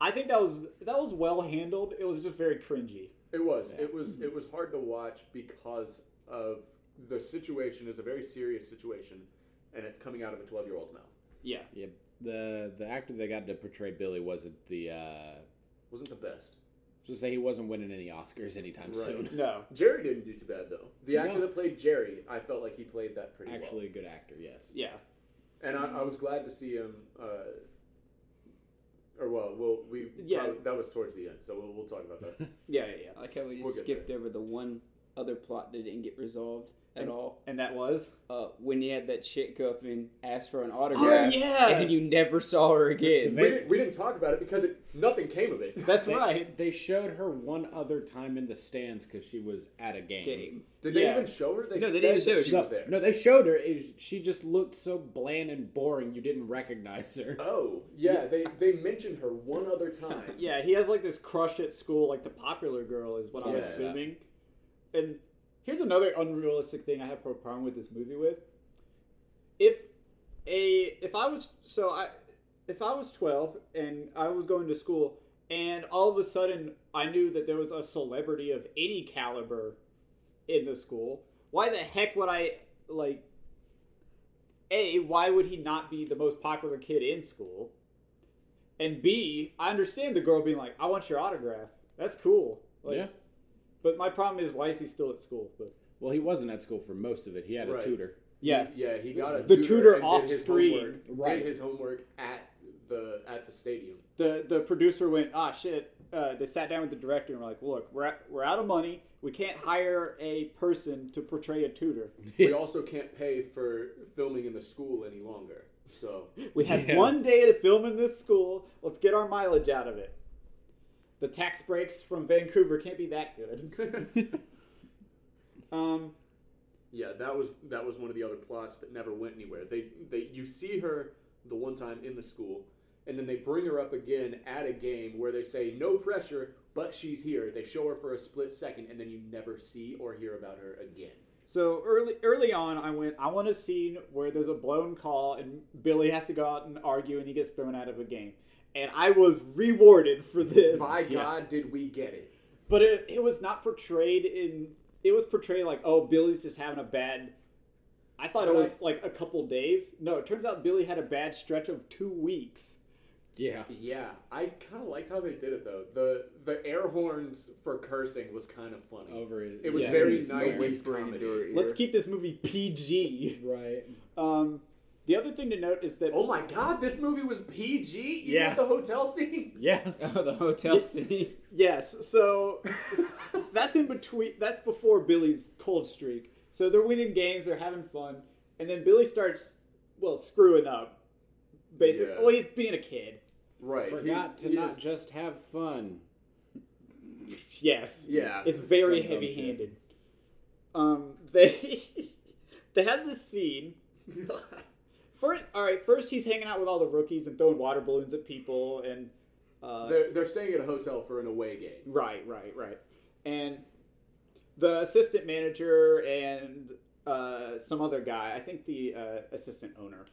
B: I think that was that was well handled. It was just very cringy.
D: it was. It was. It was hard to watch because of the situation is a very serious situation, and it's coming out of a twelve year old's mouth.
B: Yeah,
F: Yep. The the actor they got to portray Billy wasn't the uh
D: Wasn't the best.
F: just say he wasn't winning any Oscars anytime
D: Right.
F: soon.
B: no,
D: Jerry didn't do too bad though. The actor
F: No.
D: that played Jerry, I felt like he played that pretty
F: Actually a good actor, yes.
B: yeah,
D: well, and I, I was glad to see him. Uh, or well, well, we
B: Yeah.
D: probably- that was towards the end, so we'll, we'll talk about that.
B: yeah, yeah, yeah.
E: I like how we just
D: We'll get
E: skipped over the one other plot that didn't get resolved at all.
B: And that was
E: Uh, when he had that chick go up and ask for an autograph,
B: yeah.
E: and then you never saw her again.
D: we, didn't, we didn't talk about it because it, nothing came of it.
B: that's
F: They,
B: right.
F: they showed her one other time in the stands because she was at a game.
E: Game.
D: Did they
B: Yeah.
D: even show her? They
E: No, they
D: said
E: didn't show
D: that
E: her.
D: she
E: No,
D: was there.
F: No, they showed her. It, she just looked so bland and boring you didn't recognize her.
D: Oh, yeah, they they mentioned her one other time.
B: Yeah, he has like this crush at school, like the popular girl is what I'm
D: Yeah.
B: assuming. And here's another unrealistic thing I have a problem with this movie with. If a if I was so I if I was 12 and I was going to school and all of a sudden I knew that there was a celebrity of any caliber in the school, why the heck would I like A, why would he not be the most popular kid in school? And B, I understand the girl being like, "I want your autograph." That's cool. Like,
F: yeah.
B: But my problem is why is he still at school? But
F: Well, he wasn't at school for most of it. He had
D: Right.
F: a tutor.
B: yeah.
D: Yeah, he got a
B: The tutor
D: and did
B: off
D: his
B: screen,
D: homework-
F: right.
D: Did his homework at the at the stadium.
B: the the producer went, ah, shit. Uh, they sat down with the director and were like, look, we're, out- we're out of money. We can't hire a person to portray a tutor.
D: We also can't pay for filming in the school any longer. So
B: We had
E: Yeah.
B: one day to film in this school. Let's get our mileage out of it. The tax breaks from Vancouver can't be that good. um,
D: yeah, that was that was one of the other plots that never went anywhere. They they you see her the one time in the school, and then they bring her up again at a game where they say no pressure, but she's here. They show her for a split second, and then you never see or hear about her again.
B: So early early on, I went. I want a scene where there's a blown call and Billy has to go out and argue, and he gets thrown out of a game. And I was rewarded for this.
D: By God, did we get it?
B: But it, it was not portrayed in. It was portrayed like, oh, Billy's just having a bad. I thought it
D: Right.
B: was like a couple days. No, it turns out Billy had a bad stretch of two weeks.
F: Yeah.
D: Yeah, I kind of liked how they did it though. the The air horns for cursing was kind of funny.
F: Over his,
D: It was
F: yeah,
D: very
F: he
D: nice.
F: swears.
D: whispering into her
B: Let's keep this movie PG.
F: Right.
B: Um, the other thing to note is that
D: Oh my God, this movie was PG. Even
B: Yeah.
D: with the hotel scene.
B: yeah
E: Oh, the hotel scene.
B: yes so that's in between that's before billy's cold streak so they're winning games they're having fun and then billy starts well screwing up basically
D: Yeah.
B: well he's being a kid
D: Right.
F: Forgot
D: he's-
F: to
D: he
F: not
D: is-
F: just have fun.
B: yes
D: Yeah.
B: it's very
F: Some dumb shit.
B: heavy-handed um they they have this scene first all right first he's hanging out with all the rookies and throwing water balloons at people and uh,
D: they're, they're staying at a hotel for an away game.
B: Right, right, right. And the assistant manager and uh, some other guy, I think the uh, assistant owner,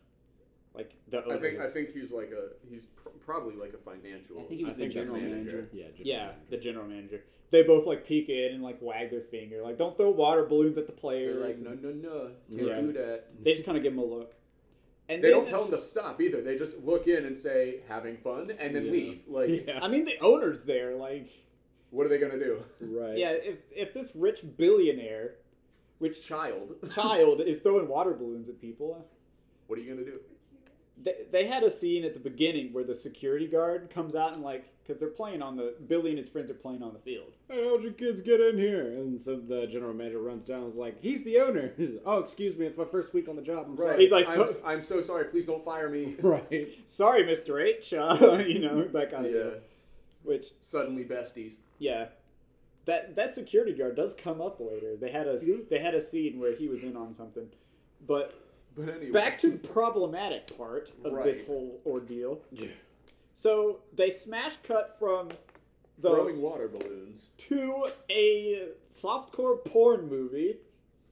B: like the
F: Oh,
B: owner.
D: I think I
B: is-
D: think he's like a he's pr- probably like a financial.
E: I think he was the
D: that's
E: general manager.
F: Yeah. General
B: yeah,
F: manager.
B: the general manager. They both like peek in and like wag their finger, like don't throw water balloons at the
D: They're
B: players.
D: like no no no can't
B: Yeah.
D: do that.
B: They just kind of give him a look. And
D: They
B: then-
D: don't tell him to stop either. They just look in and say having fun and then
F: Yeah.
D: leave. Like
B: I mean, the owner's there. Like,
D: what are they gonna do?
F: Right.
B: yeah, if if this rich billionaire
D: Which child?
B: child is throwing water balloons at people,
D: What are you gonna do?
B: they, they had a scene at the beginning where the security guard comes out and like because they're playing on the Billy and his friends are playing on the field.
F: Hey, how'd your kids get in here? And so the general manager runs down and is like, he's the owner. He's, oh, excuse me, it's my first week on the job. I'm sorry.
B: He's like,
D: I'm,
B: so-
D: I'm so sorry. Please don't fire me.
F: Right.
B: Sorry, Mister H. Uh, you know that kind of
D: yeah.
B: deal. Which
D: Suddenly besties.
B: yeah, that that security guard does come up later. They had a s- they had a scene where he was in on something, but
D: But anyway.
B: back to the problematic part of this
D: Right.
B: whole ordeal. So they smash cut from the
D: throwing water balloons
B: to a softcore porn movie.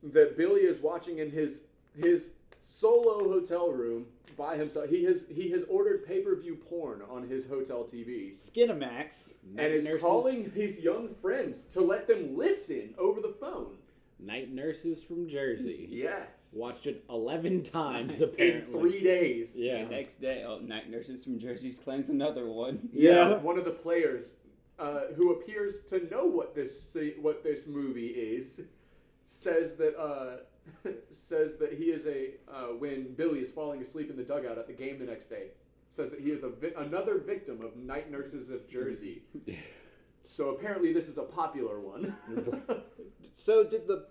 D: that Billy is watching in his his solo hotel room by himself. He has he has ordered pay per view porn on his hotel TV
B: Skinamax.
D: and is
F: nurses.
D: calling his young friends to let them listen over the phone.
F: Night nurses from Jersey.
D: Yeah,
F: Watched it 11 times,
D: in
F: apparently.
D: three days.
F: Yeah.
E: The next day, oh, night nurses from Jersey's claims another one.
D: Yeah, one of the players uh, who appears to know what this se- what this movie is says that uh, says that he is a uh, when Billy is falling asleep in the dugout at the game the next day says that he is a vi- another victim of night nurses of Jersey. so apparently, this is a popular one.
B: So did the.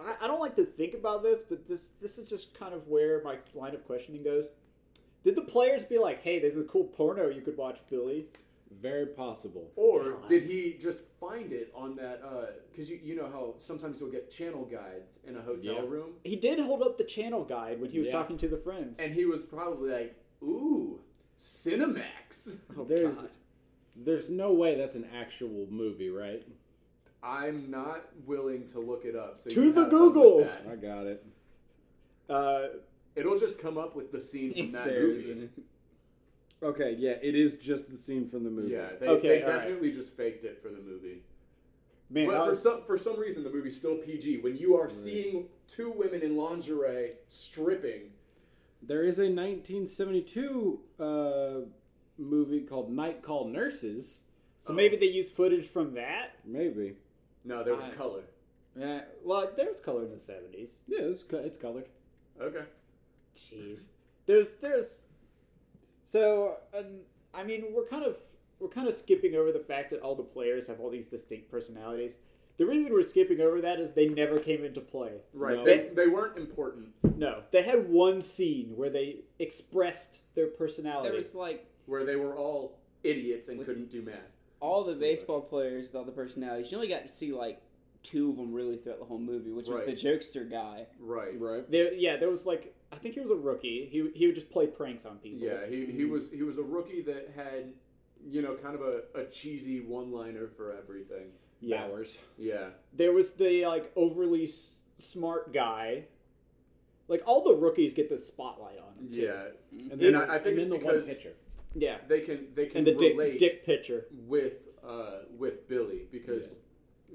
B: I, I don't like to think about this, but this this is just kind of where my line of questioning goes. Did the players be like, "Hey, there's a cool porno you could watch, Billy"?
F: Very possible.
D: Or did he just find it on that? Because you, you know how sometimes you'll get channel guides in a hotel
F: Yeah.
D: room,
B: He did hold up the channel guide when he was
F: Yeah.
B: talking to the friends.
D: and he was probably like, "Ooh, Cinemax."
B: Oh,
F: there's, there's no way that's an actual movie, right?
D: I'm not willing to look it up. So
B: To
D: you
B: the
D: have fun with
B: Google.
D: that.
F: I got it.
B: Uh,
D: It'll just come up with the scene from
E: It's
D: that
E: there,
D: movie.
E: isn't it?
C: Okay, yeah, it is just the scene from the movie.
D: Yeah, they,
B: Okay,
D: they
B: all right.
D: definitely just faked it for the movie.
F: Man,
D: but
F: I
D: for
F: was-
D: some for some reason, the movie's still PG. When you are seeing two women in lingerie stripping,
F: there is a 1972 uh, movie called Night Call Nurses.
B: So maybe they used footage from that.
F: Maybe.
D: no, there was
B: Right.
D: color.
B: Eh, well, there was color in the seventies.
F: Yeah, it's, co- it's colored.
D: Okay,
B: Jeez, there's there's. So, um, I mean, we're kind of we're kind of skipping over the fact that all the players have all these distinct personalities. The reason we're skipping over that is they never came into play.
D: right?
F: No.
D: They, they weren't important.
B: No, they had one scene where they expressed their personality.
E: There was like
D: Where they were all idiots and
E: With-
D: couldn't do math.
E: all the baseball players with all the personalities. You only got to see like two of them really throughout the whole movie, which was
D: Right.
E: the jokester guy.
D: Right.
C: Right.
B: There, yeah, there was like I think he was a rookie. He he would just play pranks on people.
D: Yeah, he,
B: Mm-hmm.
D: he was he was a rookie that had you know kind of a, a cheesy one liner for everything.
B: yeah.
F: Bowers.
D: Yeah,
B: There was the like overly s- smart guy. Like all the rookies get the spotlight on them.
D: yeah.
F: And
D: then- I- I think
F: and
D: it's
F: then the
D: because-
F: one pitcher.
B: Yeah,
D: They can they can
B: and the dick
D: relate
B: dick pitcher.
D: with uh, with Billy because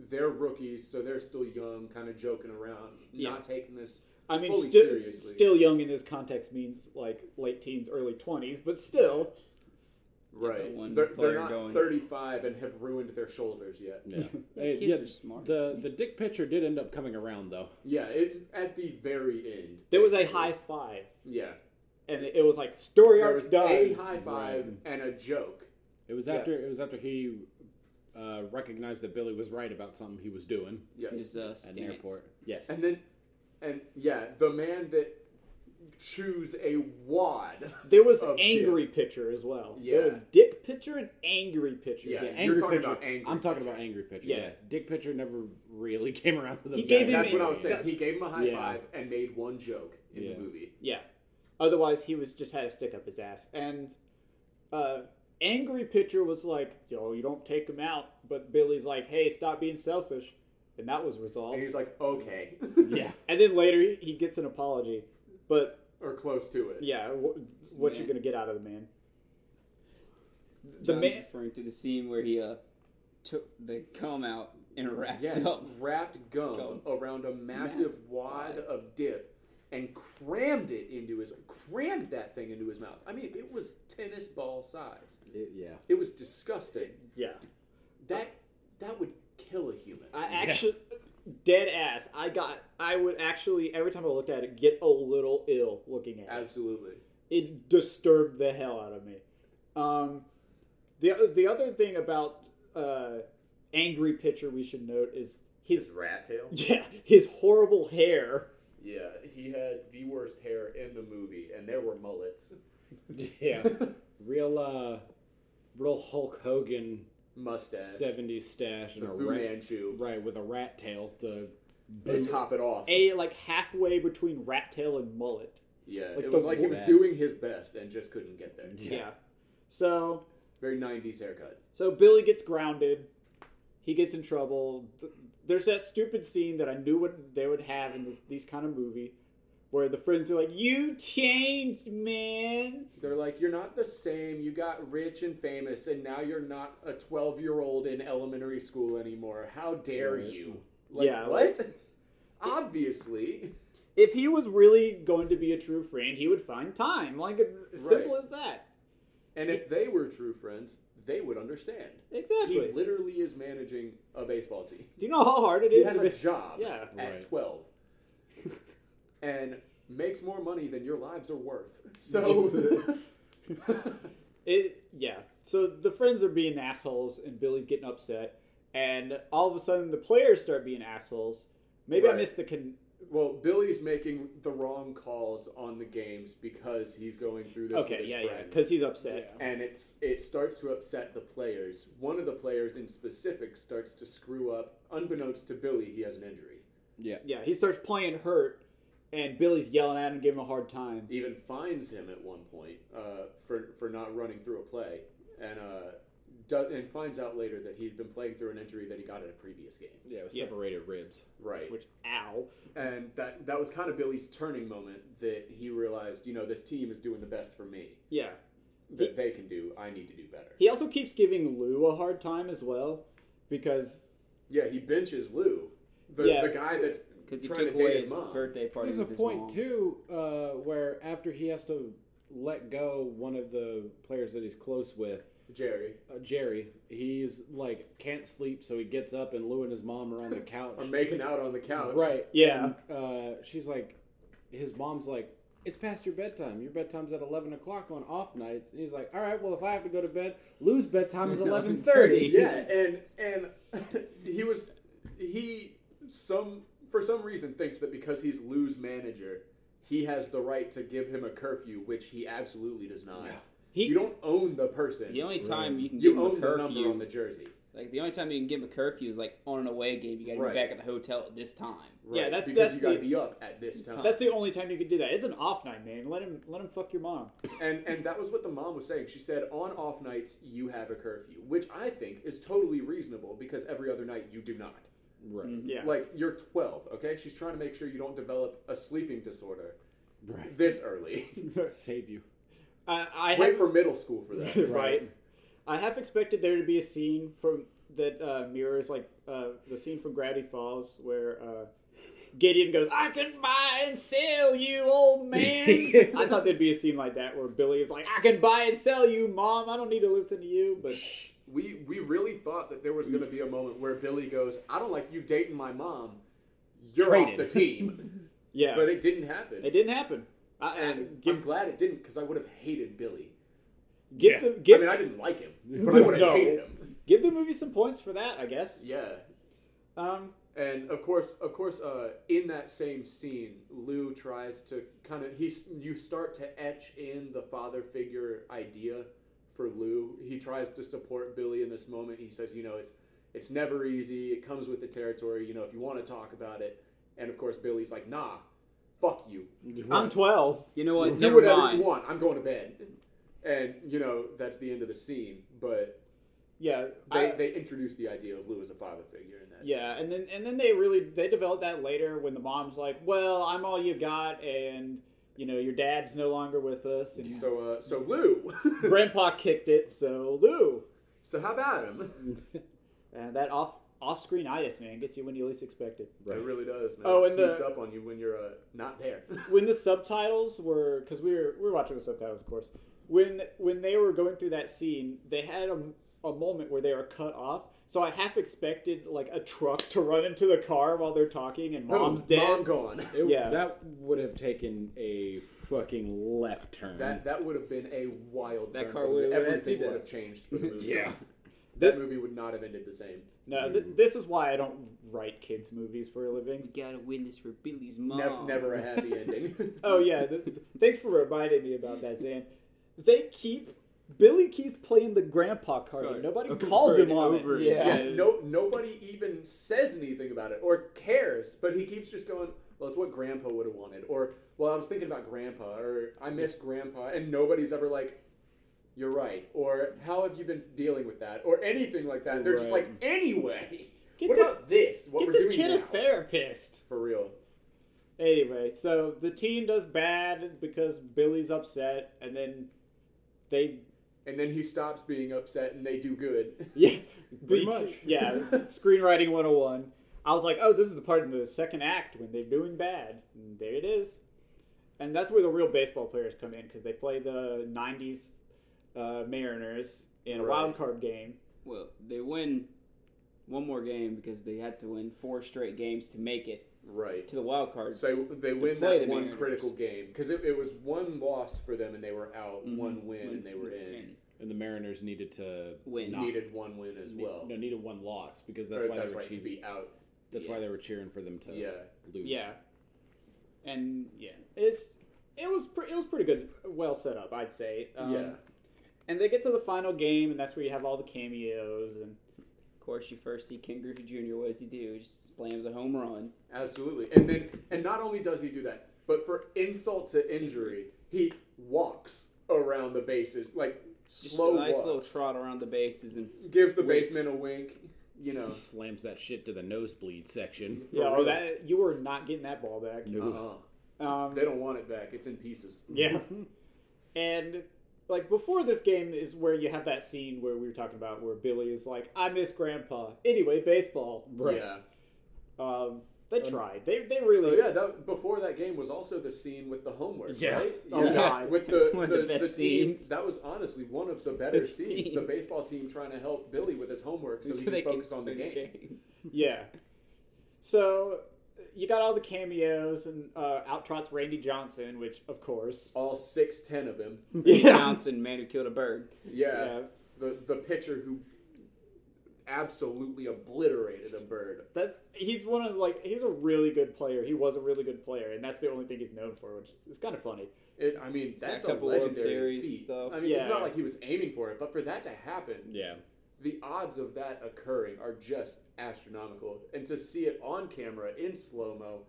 D: they're rookies, so they're still young, kind of joking around,
B: Yeah.
D: not taking this.
B: I mean,
D: fully
B: still
D: seriously.
B: still young in this context means like late teens, early twenties, but still.
D: Right,
E: one
D: they're, they're
E: player
D: not
E: going.
D: 35 and have ruined their shoulders yet.
F: Yeah.
E: Yeah,
F: Hey,
E: kids
F: yeah,
E: are smart.
F: The, the dick pitcher did end up coming around, though.
D: Yeah, it, at the very end,
B: There was a
D: basically.
B: high five,
D: Yeah,
B: and it was like story
D: there
B: arc's
D: was
B: done.
D: a high five and a joke.
F: It was
B: Yeah.
F: after it was after he uh, recognized that Billy was right about something he was doing
D: Yes,
E: His uh,
F: at
E: stance.
F: an airport. Yes.
D: And then, and yeah, the man that chews a wad.
B: There was
D: of
B: angry pitcher as well.
D: Yeah.
B: There was dick pitcher and angry pitcher.
D: Yeah.
F: yeah,
D: you're
F: angry
D: talking
F: pitcher.
D: about angry
F: I'm talking
D: pitcher.
F: about angry pitcher.
B: Yeah.
F: Yeah. Dick pitcher never really came around to the.
B: He gave
D: Dick.
B: him
D: That's
B: a-
D: what I was saying. He gave him a high
F: Yeah.
D: five and made one joke in
F: Yeah.
D: the movie.
B: Yeah. Otherwise, he was just had a stick up his ass. And uh, angry pitcher was like, "Yo, you don't take him out." But Billy's like, "Hey, stop being selfish," and that was
D: And
B: resolved.
D: he's like, okay.
F: Yeah.
B: And then later, he- he gets an apology. But
D: or close to it.
B: yeah, what, what you
E: Man.
B: gonna get out of the man? The
E: The
B: man-
E: referring to the scene where he uh, took the comb out and wrapped
D: Yes,
E: up.
D: wrapped gum,
E: Gum.
D: around a massive wad of dip and crammed it into his crammed that thing into his mouth. I mean, it was tennis ball size.
F: It- yeah.
D: It was disgusting.
B: Yeah.
D: That that would kill a human.
B: I actually, dead ass. I got. I would actually every time I looked at it, get a little ill looking at it.
D: Absolutely.
B: it disturbed the hell out of me. Um, the the other thing about uh, angry pitcher we should note is his
D: rat tail.
B: yeah his horrible hair.
D: Yeah, he had the worst hair in the movie, and there were mullets,
F: Yeah. real uh, real Hulk Hogan
D: mustache,
F: '70s stash and
D: the
F: a
D: Fu
F: rat,
D: Manchu
F: right with a rat tail to.
D: to top it off.
B: A like halfway between rat tail and mullet.
D: yeah,
B: like
D: it
B: the
D: was like he was
F: wolf-
D: doing his best and just couldn't get there.
B: Yeah. So
D: Very '90s haircut.
B: so Billy gets grounded. He gets in trouble. Th- There's that stupid scene that I knew what they would have in this these kind of movie, where the friends are like, "You changed, man."
D: They're like, you're not the same. You got rich and famous, and now you're not a 12 year old in elementary school anymore. How dare
F: Right.
D: you? Like,
B: Yeah,
D: what? Obviously.
B: if he was really going to be a true friend, he would find time. Like as simple
D: Right.
B: as that.
D: And if they were true friends, they would understand.
B: Exactly.
D: He literally is managing a baseball team.
B: Do you know how hard it
D: He
B: is?
D: has
B: to
D: a
B: be-
D: job
B: Yeah.
D: at
F: Right.
D: 12 and makes more money than your lives are worth. So,
B: It, yeah. So the friends are being assholes, and Billy's getting upset, and all of a sudden the players start being assholes. Maybe I
D: Right.
B: missed the con.
D: well, Billy's making the wrong calls on the games because he's going through this with
B: okay,
D: his
B: yeah, yeah,
D: friends.
B: because he's upset.
D: and it's it starts to upset the players. One of the players in specific starts to screw up. Unbeknownst to Billy, he has an injury.
F: Yeah.
B: Yeah. he starts playing hurt, and Billy's yelling at him, giving him a hard time.
D: Even fines him at one point uh, for for not running through a play, and uh, does, and finds out later that he'd been playing through an injury that he got in a previous game.
F: Yeah, with
E: Yeah.
F: separated ribs.
D: Right.
E: Which ow.
D: and that that was kind of Billy's turning moment that he realized, you know, this team is doing the best for me
E: Yeah.
D: that they can do. I need to do better.
E: He also keeps giving Lou a hard time as well because
D: Yeah, he benches Lou, the,
E: Yeah.
D: the guy that's
E: because he
D: trying to
E: took
D: date
E: away
D: his
E: his
D: mom.
E: birthday party.
F: There's a
E: with his mom.
F: point too uh, where after he has to let go one of the players that he's close with,
D: Jerry
F: uh, Jerry, he's like can't sleep, so he gets up and Lou and his mom are on the couch.
D: are making out on the couch.
F: Right.
E: Yeah.
F: And, uh, she's like, his mom's like, it's past your bedtime. Your bedtime's at eleven o'clock on off nights. And he's like, all right, well if I have to go to bed, Lou's bedtime is eleven thirty.
D: Yeah, and and he was he some for some reason thinks that because he's Lou's manager, he has the right to give him a curfew, which he absolutely does not.
E: He-
D: you don't own the person.
E: The only time you can give
D: you
E: him a
D: own the number
E: curfew,
D: on the jersey.
E: like the only time you can give him a curfew is like on an away game. You got to
D: Right.
E: be back at the hotel at this time.
D: Right,
B: that's-
D: because
B: that's
D: you got to
B: the-
D: be up at this time.
B: That's the only time you could do that. It's an off night, man. Let him let him fuck your mom.
D: and and that was what the mom was saying. She said on off nights you have a curfew, which I think is totally reasonable because every other night you do not.
F: Right.
B: Yeah.
D: Like you're 12, okay? She's trying to make sure you don't develop a sleeping disorder
F: Right.
D: this early.
F: Save you.
B: I, I
D: Wait
B: have
D: for middle school for that.
B: right. I half expected there to be a scene from that uh, mirrors like uh, the scene from Gravity Falls where uh, Gideon goes, "I can buy and sell you, old man." I thought there'd be a scene like that where Billy is like, "I can buy and sell you, mom. I don't need to listen to you." But
D: We we really thought that there was going to be a moment where Billy goes, "I don't like you dating my mom. You're off the
F: Traded."
D: team."
B: yeah,
D: but it didn't happen.
B: it didn't happen. I, I-
D: and
B: give,
D: I'm glad it didn't because I would have hated Billy.
B: give
F: Yeah.
B: the give,
D: I mean, I didn't like him, but I would have
B: No.
D: hated him.
B: give the movie some points for that, I guess.
D: Yeah.
B: Um,
D: And of course, of course, uh, in that same scene, Lou tries to kind of he's you start to etch in the father figure idea for Lou. He tries to support Billy in this moment. He says, you know, it's it's never easy. It comes with the territory. You know, if you want to talk about it, and of course, Billy's like, nah, fuck you.
B: I'm twelve.
E: You know what?
D: Do
E: Never
D: whatever
E: mind.
D: you want. I'm going to bed. And you know that's the end of the scene. But
B: Yeah,
D: they
B: I-
D: they introduce the idea of Lou as a father figure in that.
B: Yeah, and then and then they really they develop that later when the mom's like, "Well, I'm all you got," and you know your dad's no longer with us, and
D: scene. So uh, so Lou.
B: Grandpa kicked it. So Lou,
D: So how about him?
B: and that off off screen itis man gets you when you least expect it.
D: It really does, man.
B: Oh,
D: it
B: and the-
D: sneaks up on you when you're uh, not there.
B: When the subtitles were, because we were we were watching the subtitles, of course. When when they were going through that scene, they had a, a moment where they are cut off. So I half expected like a truck to run into the car while they're talking, and mom's
D: Boom,
B: dead.
D: Mom gone.
F: It,
B: Yeah.
F: That would have taken a fucking left turn.
D: That that would have been a wild.
E: That
D: turn
E: car
D: for the
E: would've-
D: movie.
E: would've
D: everything
E: had to
D: would have changed for the movie.
F: Yeah.
D: that movie would not have ended the same.
B: No, th- this is why I don't write kids' movies for a living.
E: You gotta win this for Billy's
D: Ne-
E: mom.
D: Never a happy ending.
B: Oh yeah, th- th- thanks for reminding me about that, Zan. They keep Billy keeps playing the grandpa card. and
E: Right.
B: Nobody
E: Over
B: calls him
E: and
B: on it.
E: over
B: Yeah.
D: yeah, no, nobody even says anything about it or cares. But he keeps just going. Well, it's what Grandpa would have wanted, or well, I was thinking about Grandpa, or I miss Grandpa, and nobody's ever like, "You're right," or "How have you been dealing with that?" or anything like that. They're just like, "Anyway,
B: Get
D: what
B: this-
D: about this? What
B: Get
D: we're
B: this
D: doing
B: kid a
D: now?"
B: therapist.
D: For real,
B: Anyway, so the team does bad because Billy's upset, and then they
D: and then he stops being upset, and they do good.
B: yeah we-
F: Pretty much.
B: yeah screenwriting 101 i was like oh this is the part in the second act when they're doing bad and there it is and that's where the real baseball players come in because they play the 90s uh, mariners in a
D: Right.
B: wild card game
E: Well, they win one more game because they had to win four straight games to make it
D: Right.
E: to the wild card.
D: So they win
E: play
D: that
E: the
D: one
E: Mariners.
D: critical game because it, it was one loss for them, and they were out. Mm-hmm. One win, and they were in.
E: And
F: and the Mariners needed to
E: Win.
F: not-
D: needed one win as well.
F: No, needed one loss because
D: Or
F: that's why
D: that's
F: they were
D: right to
F: cheating.
D: be out.
F: That's why they were cheering for them to
D: Yeah.
F: lose.
B: yeah and yeah it's it was pre- it was pretty good well set up i'd say um,
D: yeah.
B: and they get to the final game and that's where you have all the cameos and
E: Of course, you first see Ken Griffey Jr. What does he do? He just slams a home run.
D: Absolutely. And then and not only does he do that, but for insult to injury, he walks around the bases. Like
E: Just
D: slow
E: a nice
D: walks.
E: little trot around the bases and
D: Gives the
E: Waits.
D: baseman a wink. You know.
F: slams that shit to the nosebleed section.
B: yeah, oh,
D: real.
B: that you were not getting that ball back.
D: Uh-uh.
B: Um,
D: They don't want it back. It's in pieces.
B: Yeah. and like before this game is where you have that scene where we were talking about where Billy is like, I miss grandpa. Anyway, baseball.
D: Yeah.
B: Um they
D: Um,
B: tried. They they
D: So
B: really
D: yeah, that, before that game was also the scene with the homework,
F: Yeah.
D: right?
B: Oh, God.
D: With the,
E: That's one of
D: the,
E: the best
D: team-
E: scenes.
D: That was honestly one of the better scenes. The
E: scenes.
D: baseball team trying to help Billy with his homework so,
E: so
D: he
E: they
D: can
E: can
D: focus on the game.
B: Yeah. So you got all the cameos and uh, out trots Randy Johnson, which of course.
D: All six ten of him.
E: Johnson, man who killed a bird.
D: Yeah,
B: Yeah.
D: The the pitcher who absolutely obliterated a bird.
B: That he's one of like he's a really good player. He was a really good player, and that's the only thing he's known for, which is kind of funny.
D: It, I mean, that's a,
E: couple World
D: legendary
E: Series
D: feat.
E: stuff.
D: I mean, it's
B: Yeah.
D: not like he was aiming for it, but for that to happen,
F: Yeah.
D: the odds of that occurring are just astronomical. And to see it on camera in slow mo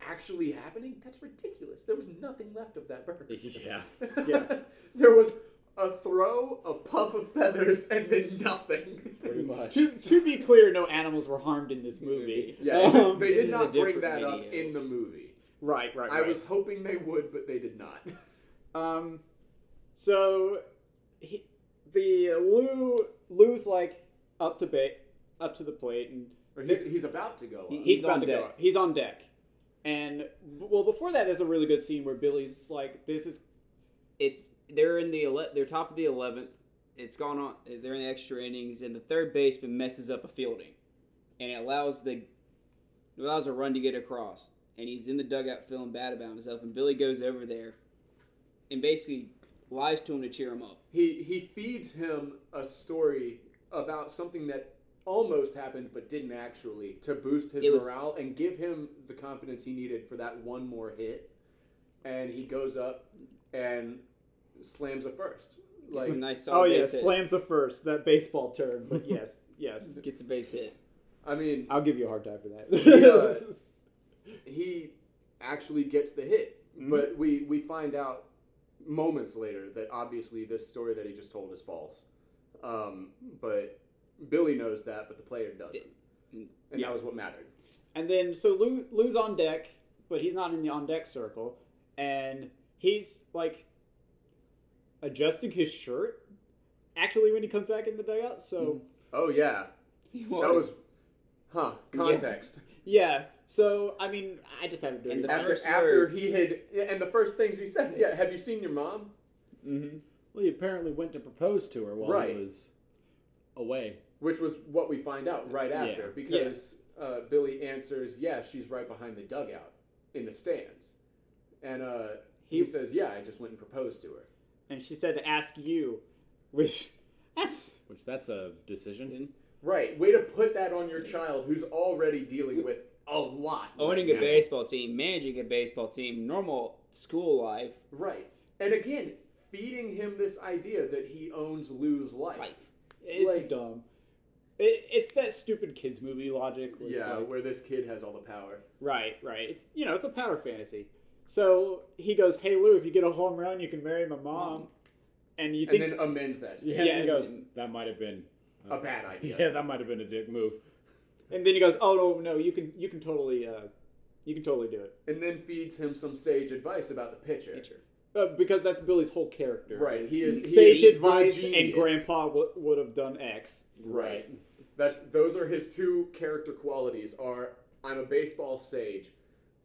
D: actually happening, that's ridiculous. There was nothing left of that bird.
F: Yeah.
B: Yeah.
D: there was a throw, a puff of feathers, and then nothing.
G: Pretty much.
B: To to be clear, no animals were harmed in this movie.
D: Yeah,
B: Um,
D: they
E: this
D: did
E: is a
D: not bring
E: different
D: that up
E: video.
D: in the movie.
B: right, right, right.
D: I was hoping they would, but they did not.
B: Um, so he, the uh, Lou Lou's like up to ba- up to the plate, and
D: Or he's, he's about to go up.
B: he- he's,
E: He's
B: about
E: on
B: to go.
E: deck.
B: up. He's on deck, and well, before that, there's a really good scene where Billy's like, "This is
E: It's they're in the ele- they're top of the eleventh. It's gone on. They're in the extra innings, and the third baseman messes up a fielding, and it allows the it allows a run to get across. And he's in the dugout feeling bad about himself, and Billy goes over there, and basically lies to him to cheer him up.
D: he he feeds him a story about something that almost happened but didn't actually to boost his
E: It was-
D: morale and give him the confidence he needed for that one more hit and he goes up and slams a first like
E: It's a nice solid
B: oh yeah,
E: base hit.
B: slams a first that baseball term." But yes, yes,
E: Gets a base hit.
D: i mean
B: I'll give you a hard time for that.
D: Yeah. he actually gets the hit but we we find out moments later that obviously this story that he just told is false um, but billy knows that but the player doesn't and that was what mattered
B: And then so Lou Lou's on deck, but he's not in the on deck circle, and he's like adjusting his shirt. Actually, when he comes back in the dugout, so
D: Oh yeah, that was, huh? Context.
B: yeah. So I mean, I just haven't done
E: And
B: it.
E: the-
D: After
E: First
D: after
E: words.
D: he had, yeah, and the first things he said, yeah, have you seen your mom?
F: Well, he apparently went to propose to her while
D: Right.
F: he was away.
D: Which was what we find out right after
F: Yeah.
D: because uh, Billy answers, yeah, she's right behind the dugout in the stands, and uh, he,
B: He-
D: says, yeah, I just went and proposed to her.
B: and she said to ask you, which that's
F: Which that's a decision.
D: Right, way to put that on your child who's already dealing with a lot.
E: Owning
D: right
E: a
D: now.
E: baseball team, managing a baseball team, normal school life,
D: Right, and again, feeding him this idea that he owns Lou's
E: life.
B: it's
D: Like-
B: dumb. It, it's that stupid kids movie logic. Where it's
D: Yeah,
B: like-
D: where this kid has all the power.
B: right, right. It's you know, it's a power fantasy. So he goes, "Hey Lou, if you get a home run, you can marry my mom." And you
D: And
B: think
D: then amends that.
F: Yeah,
D: statement.
F: he
B: and-
F: goes, that might have been.
D: A bad idea.
F: Yeah, that might have been a dick move.
B: And then he goes, "Oh no, no, you can you can totally uh, you can totally do it
D: And then feeds him some sage advice about the pitcher.
E: Pitcher.
B: uh, because that's Billy's whole character.
D: Right, he is- he
B: sage
D: is the
B: advice, and
D: genius.
B: Grandpa w- would have done X.
D: Right. That's those are his two character qualities are I'm a baseball sage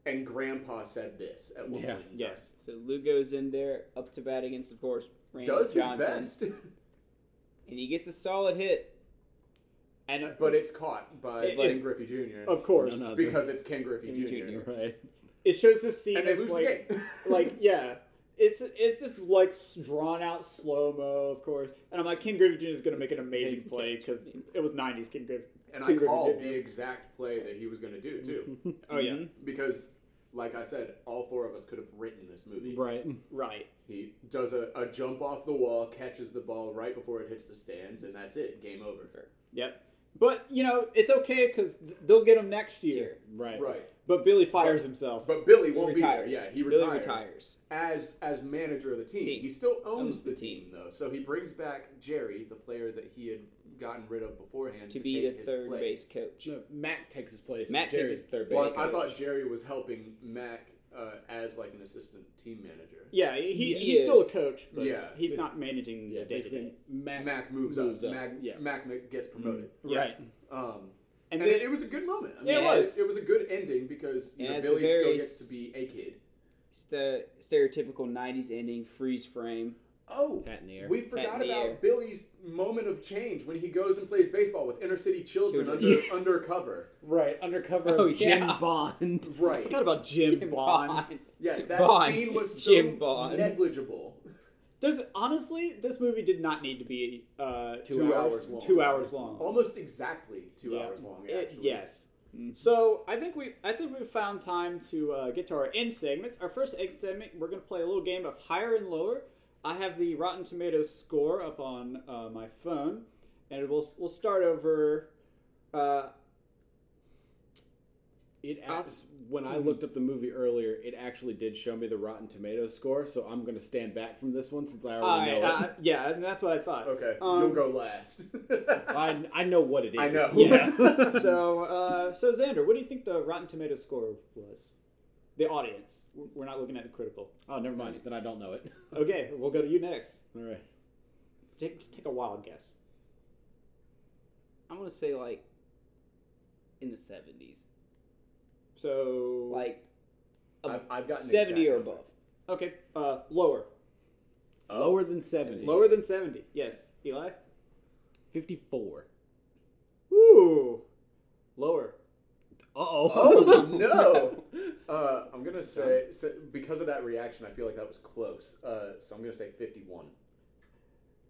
D: and grandpa said this at one
F: Yeah.
D: point. in time.
B: Yes,
E: So Lou goes in there up to bat against, of course, Randy
D: Does his
E: Johnson,
D: best.
E: and he gets a solid hit.
B: and uh,
D: but it's caught by
B: It- it's-
D: Ken Griffey Jr.
B: of course
F: No, no.
D: because it's Ken Griffey
E: Ken
D: Jr.
E: Jr.
F: Right.
B: it shows this scene
D: And they
B: of,
D: lose
B: like,
D: the game.
B: like yeah, it's it's this like drawn out slow mo, of course. And I'm like, Ken Griffey Jr. is going to make an amazing play because it was '90s Ken Griffey.
D: and I
B: Ken Griffey
D: called
B: Jr..
D: the exact play that he was gonna do too.
B: Oh yeah,
D: because like I said, all four of us could have written this movie.
F: Right.
B: right.
D: He does a, a jump off the wall, catches the ball right before it hits the stands, and that's it. Game over.
B: Yep. But you know it's okay because they'll get him next year.
F: Right.
D: Right.
B: But Billy fires himself.
D: But Billy
E: He
D: won't
E: retires.
D: be there. Yeah, he
E: Billy
D: retires.
E: retires.
D: As as manager of the team.
E: Team.
D: He still owns,
E: Owns
D: the,
E: the
D: team, though. So he brings back Jerry, the player that he had gotten rid of beforehand,
E: to
D: to,
E: be
D: take
E: the
D: his
E: third
D: place.
E: base coach.
F: No, Mac takes his place.
E: Mac takes
F: Jerry's
E: his-
F: third base.
D: Well, I
E: coach.
D: thought Jerry was helping Mac uh, as like an assistant team manager.
B: yeah, he,
E: He
B: he's
E: is.
B: still a coach, but
D: Yeah.
B: he's not managing
F: yeah,
B: the day to
F: basically
B: day.
F: Mac,
D: Mac moves,
F: moves
D: up.
F: up.
D: Mac,
F: yeah.
D: Mac m- gets promoted.
B: Yeah.
F: Right.
D: Um,
B: And then-
D: and it, it was a good moment. I
B: Yeah, it
D: mean,
B: was.
D: It was a good ending because you
E: And
D: know,
E: as the
D: Billy still
E: very
D: gets to be a kid.
E: It's the stereotypical '90s ending freeze frame.
D: Oh,
F: Pat in the air.
D: we
E: Pat in
D: forgot
E: the
D: about
E: air.
D: Billy's moment of change when he goes and plays baseball with inner city children,
E: Children.
D: under undercover.
F: Right. Undercover.
E: Oh,
F: Jim
E: yeah.
F: Bond.
B: I
D: Right.
B: forgot about Jim, Bond.
D: Yeah, that
E: Bond.
D: scene was so
E: Jim Bond.
D: negligible.
B: There's honestly, this movie did not need to be uh, two,
D: hours long.
B: Two hours long.
D: Almost exactly two
B: Yeah.
D: hours long.
B: It-
D: Actually,
B: yes. So I think we I think we've found time to uh, get to our end segments. Our first end segment, we're gonna play a little game of higher and lower. I have the Rotten Tomatoes score up on uh, my phone, and we'll we'll start over. Uh,
F: It asks, when
B: Mm-hmm.
F: I looked up the movie earlier, it actually did show me the Rotten Tomatoes score, so I'm going to stand back from this one since I already
B: I,
F: know
B: uh, yeah, and that's what I thought.
D: Okay,
B: Um,
D: you'll go last.
B: uh,
F: it. I, I know what it is.
D: I know.
B: Yeah. so, uh, so Xander, what do you think the Rotten Tomato score was? The audience. We're- We're not looking at the critical.
F: Oh, never mind. Then I don't know it.
B: Okay, we'll go to you next.
F: All right.
B: Take, just take a wild guess.
E: I'm gonna say like in the '70s,
B: So,
E: like
D: I've, I've gotten
E: '70 or above.
B: okay, uh, lower,
F: Lower than 70.
B: lower than seventy. Yes, Eli.
F: 54.
B: Ooh, lower.
F: Uh-oh.
D: Oh no! Uh, I'm gonna say so because of that reaction, I feel like that was close. Uh, so I'm gonna say 51.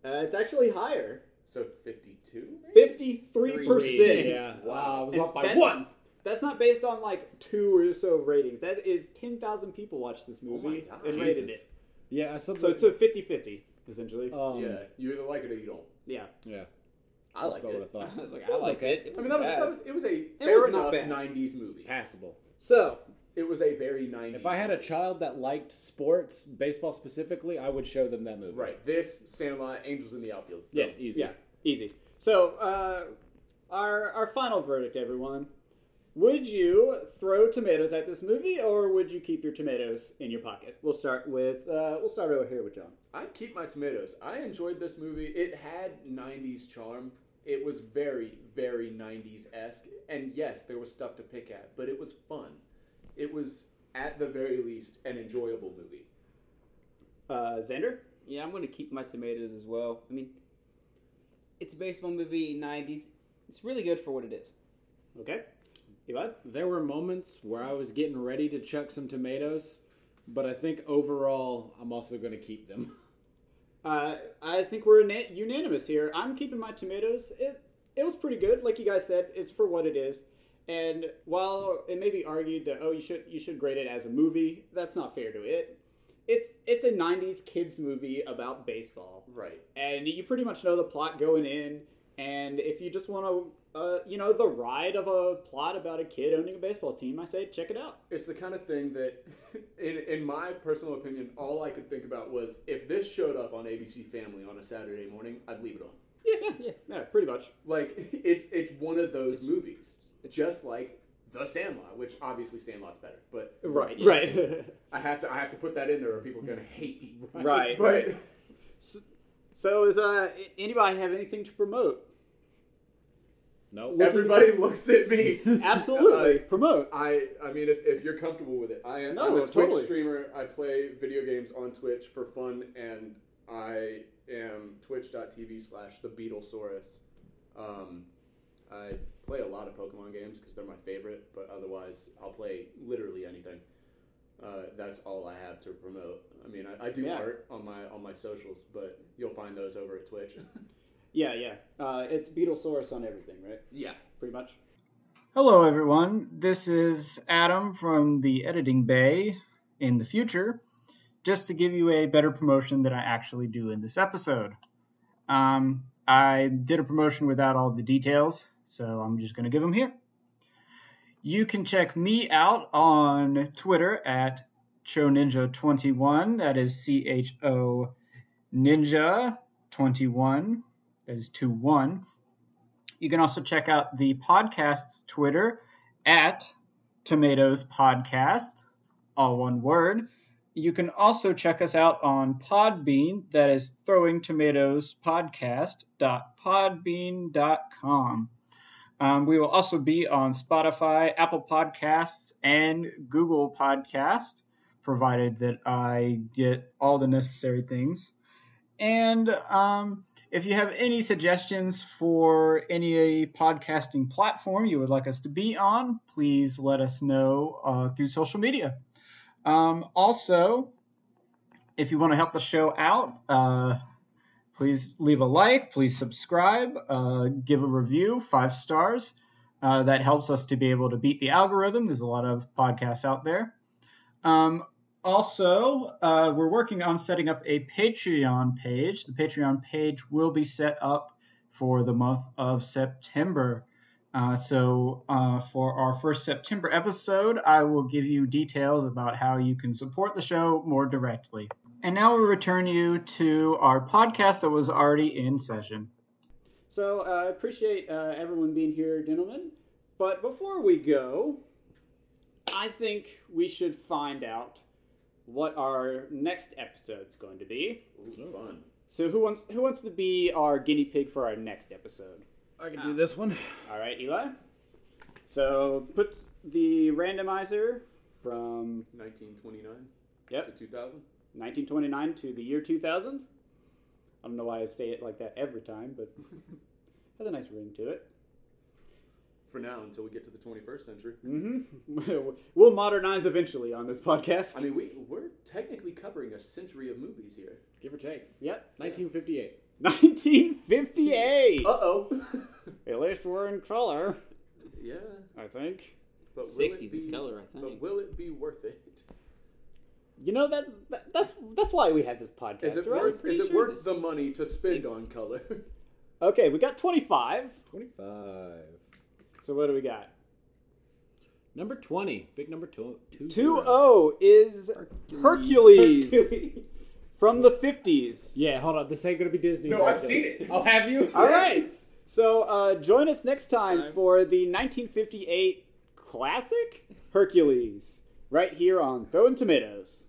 B: Uh, it's actually higher.
D: So 52.
B: Fifty-three percent.
F: Yeah. Wow. I was off by
B: that's,
F: one.
B: That's not based on like two or so ratings. That is ten thousand people watched this
F: Oh
D: my
B: movie
D: God.
B: and rated
D: Jesus.
B: it.
F: Yeah. I saw
B: So it's a 50-50, essentially.
F: um,
D: yeah,
F: yeah.
D: you either like it or you don't.
B: yeah.
F: Yeah.
D: I liked
F: about
D: it.
F: what I thought.
E: I was like, I like it. It
D: I mean, that was,
E: bad.
D: that was it was a
B: was
D: fair
B: not
D: enough
B: bad.
D: 90s movie.
F: Passable.
B: So
D: It was a very 90s.
F: If I had a
D: movie.
F: child that liked sports, baseball specifically, I would show them that movie.
D: right, this Sandlot, Angels in the Outfield.
F: Yeah, easy.
B: yeah, easy. So uh, our our final verdict, everyone. Would you throw tomatoes at this movie, or would you keep your tomatoes in your pocket? We'll start with uh, we'll start over here with John.
D: I keep my tomatoes. I enjoyed this movie. It had 90s charm. It was very, very 90s esque. And yes, there was stuff to pick at, but it was fun. It was, at the very least, an enjoyable movie.
B: Uh, Xander.
E: Yeah, I'm gonna keep my tomatoes as well. I mean, it's a baseball movie '90s. It's really good for what it is.
B: Okay. Eli.
F: There were moments where I was getting ready to chuck some tomatoes, but I think overall, I'm also going to keep them.
B: Uh, I think we're na- unanimous here. I'm keeping my tomatoes. It it was pretty good, like you guys said. It's for what it is. And while it may be argued that oh you should you should grade it as a movie, that's not fair to it. It's it's a '90s kids movie about baseball,
D: Right.
B: and you pretty much know the plot going in. And if you just want to, uh, you know, the ride of a plot about a kid owning a baseball team, I say check it out.
D: It's the kind of thing that, in, in my personal opinion, all I could think about was if this showed up on ABC Family on a Saturday morning, I'd leave it on.
B: Yeah, yeah, yeah, pretty much.
D: Like, it's, it's one of those movies. Just like The Sandlot, which obviously Sandlot's better, but.
B: Right,
E: yes.
B: right,
D: I have to I have to put that in there or people are gonna hate me.
B: right,
D: But
B: So, is uh, a- anybody have anything to promote?
F: No.
D: everybody looks at me.
B: Absolutely, promote.
D: I I mean if, if you're comfortable with it. I am
B: No,
D: I'm a
B: totally.
D: Twitch streamer. I play video games on Twitch for fun and I am twitch.tv slash the Beatlesaurus. Um, I play a lot of Pokemon games because they're my favorite, but otherwise I'll play literally anything. Uh, that's all I have to promote. I mean, I, I do
B: Yeah.
D: art on my on my socials, but you'll find those over at Twitch.
B: Yeah, yeah. Uh, it's Beetlesaurus on everything, right?
D: yeah.
B: Pretty much.
A: Hello, everyone. This is Adam from the Editing Bay in the future, just to give you a better promotion than I actually do in this episode. Um, I did a promotion without all the details, So I'm just going to give them here. You can check me out on Twitter at ChoNinja21. That is C H O Ninja21. That is 2 1. You can also check out the podcast's Twitter at Tomatoes Podcast, all one word. You can also check us out on Podbean, that is throwing tomatoes podcast.podbean.com. Um, we will also be on Spotify, Apple Podcasts, and Google Podcast, provided that I get all the necessary things. And um, if you have any suggestions for any podcasting platform you would like us to be on, please let us know uh, through social media. Um, also, if you want to help the show out, uh, please leave a like, please subscribe, uh, give a review, five stars. Uh, that helps us to be able to beat the algorithm. There's a lot of podcasts out there. Um, also, uh, we're working on setting up a Patreon page. The Patreon page will be set up for the month of September. Uh, so, uh, for our first September episode, I will give you details about how you can support the show more directly. And now we return you to our podcast that was already in session.
B: So uh, I appreciate uh, everyone being here, gentlemen. But before we go, I think we should find out what our next episode's going to be.
D: Ooh, fun.
B: So who wants who wants to be our guinea pig for our next episode?
F: I can do this one.
B: All right, Eli. So put the randomizer from
D: 1929
B: yep
D: to 2000.
B: 1929 to the year 2000. I don't know why I say it like that every time, but has a nice ring to it.
D: For now, until we get to the 21st century.
B: Mm-hmm. we'll modernize eventually on this podcast.
D: I mean, we, we're technically covering a century of movies here.
F: Give or take.
B: yep.
F: 1958.
B: 1958.
D: Uh oh.
B: At least we're in color,
D: yeah.
B: I think.
D: But will it
E: 60s is
D: be-
E: color, I
D: But
E: think.
D: will it be worth it?
B: You know that, that that's that's why we had this podcast,
D: Is it
B: right?
D: worth,
B: Pretty
D: is it
B: sure.
D: worth the money to spend
E: 60s.
D: on color?
B: Okay, we got 25.
H: 25.
B: So what do we got?
F: Number 20. Big number two. two
B: 20 is Hercules. from the 50s.
F: Yeah, hold on. This ain't gonna be Disney.
D: it.
F: I'll have you.
B: All right. So uh, join us next time for the 1958 classic Hercules, right here on Throwing Tomatoes.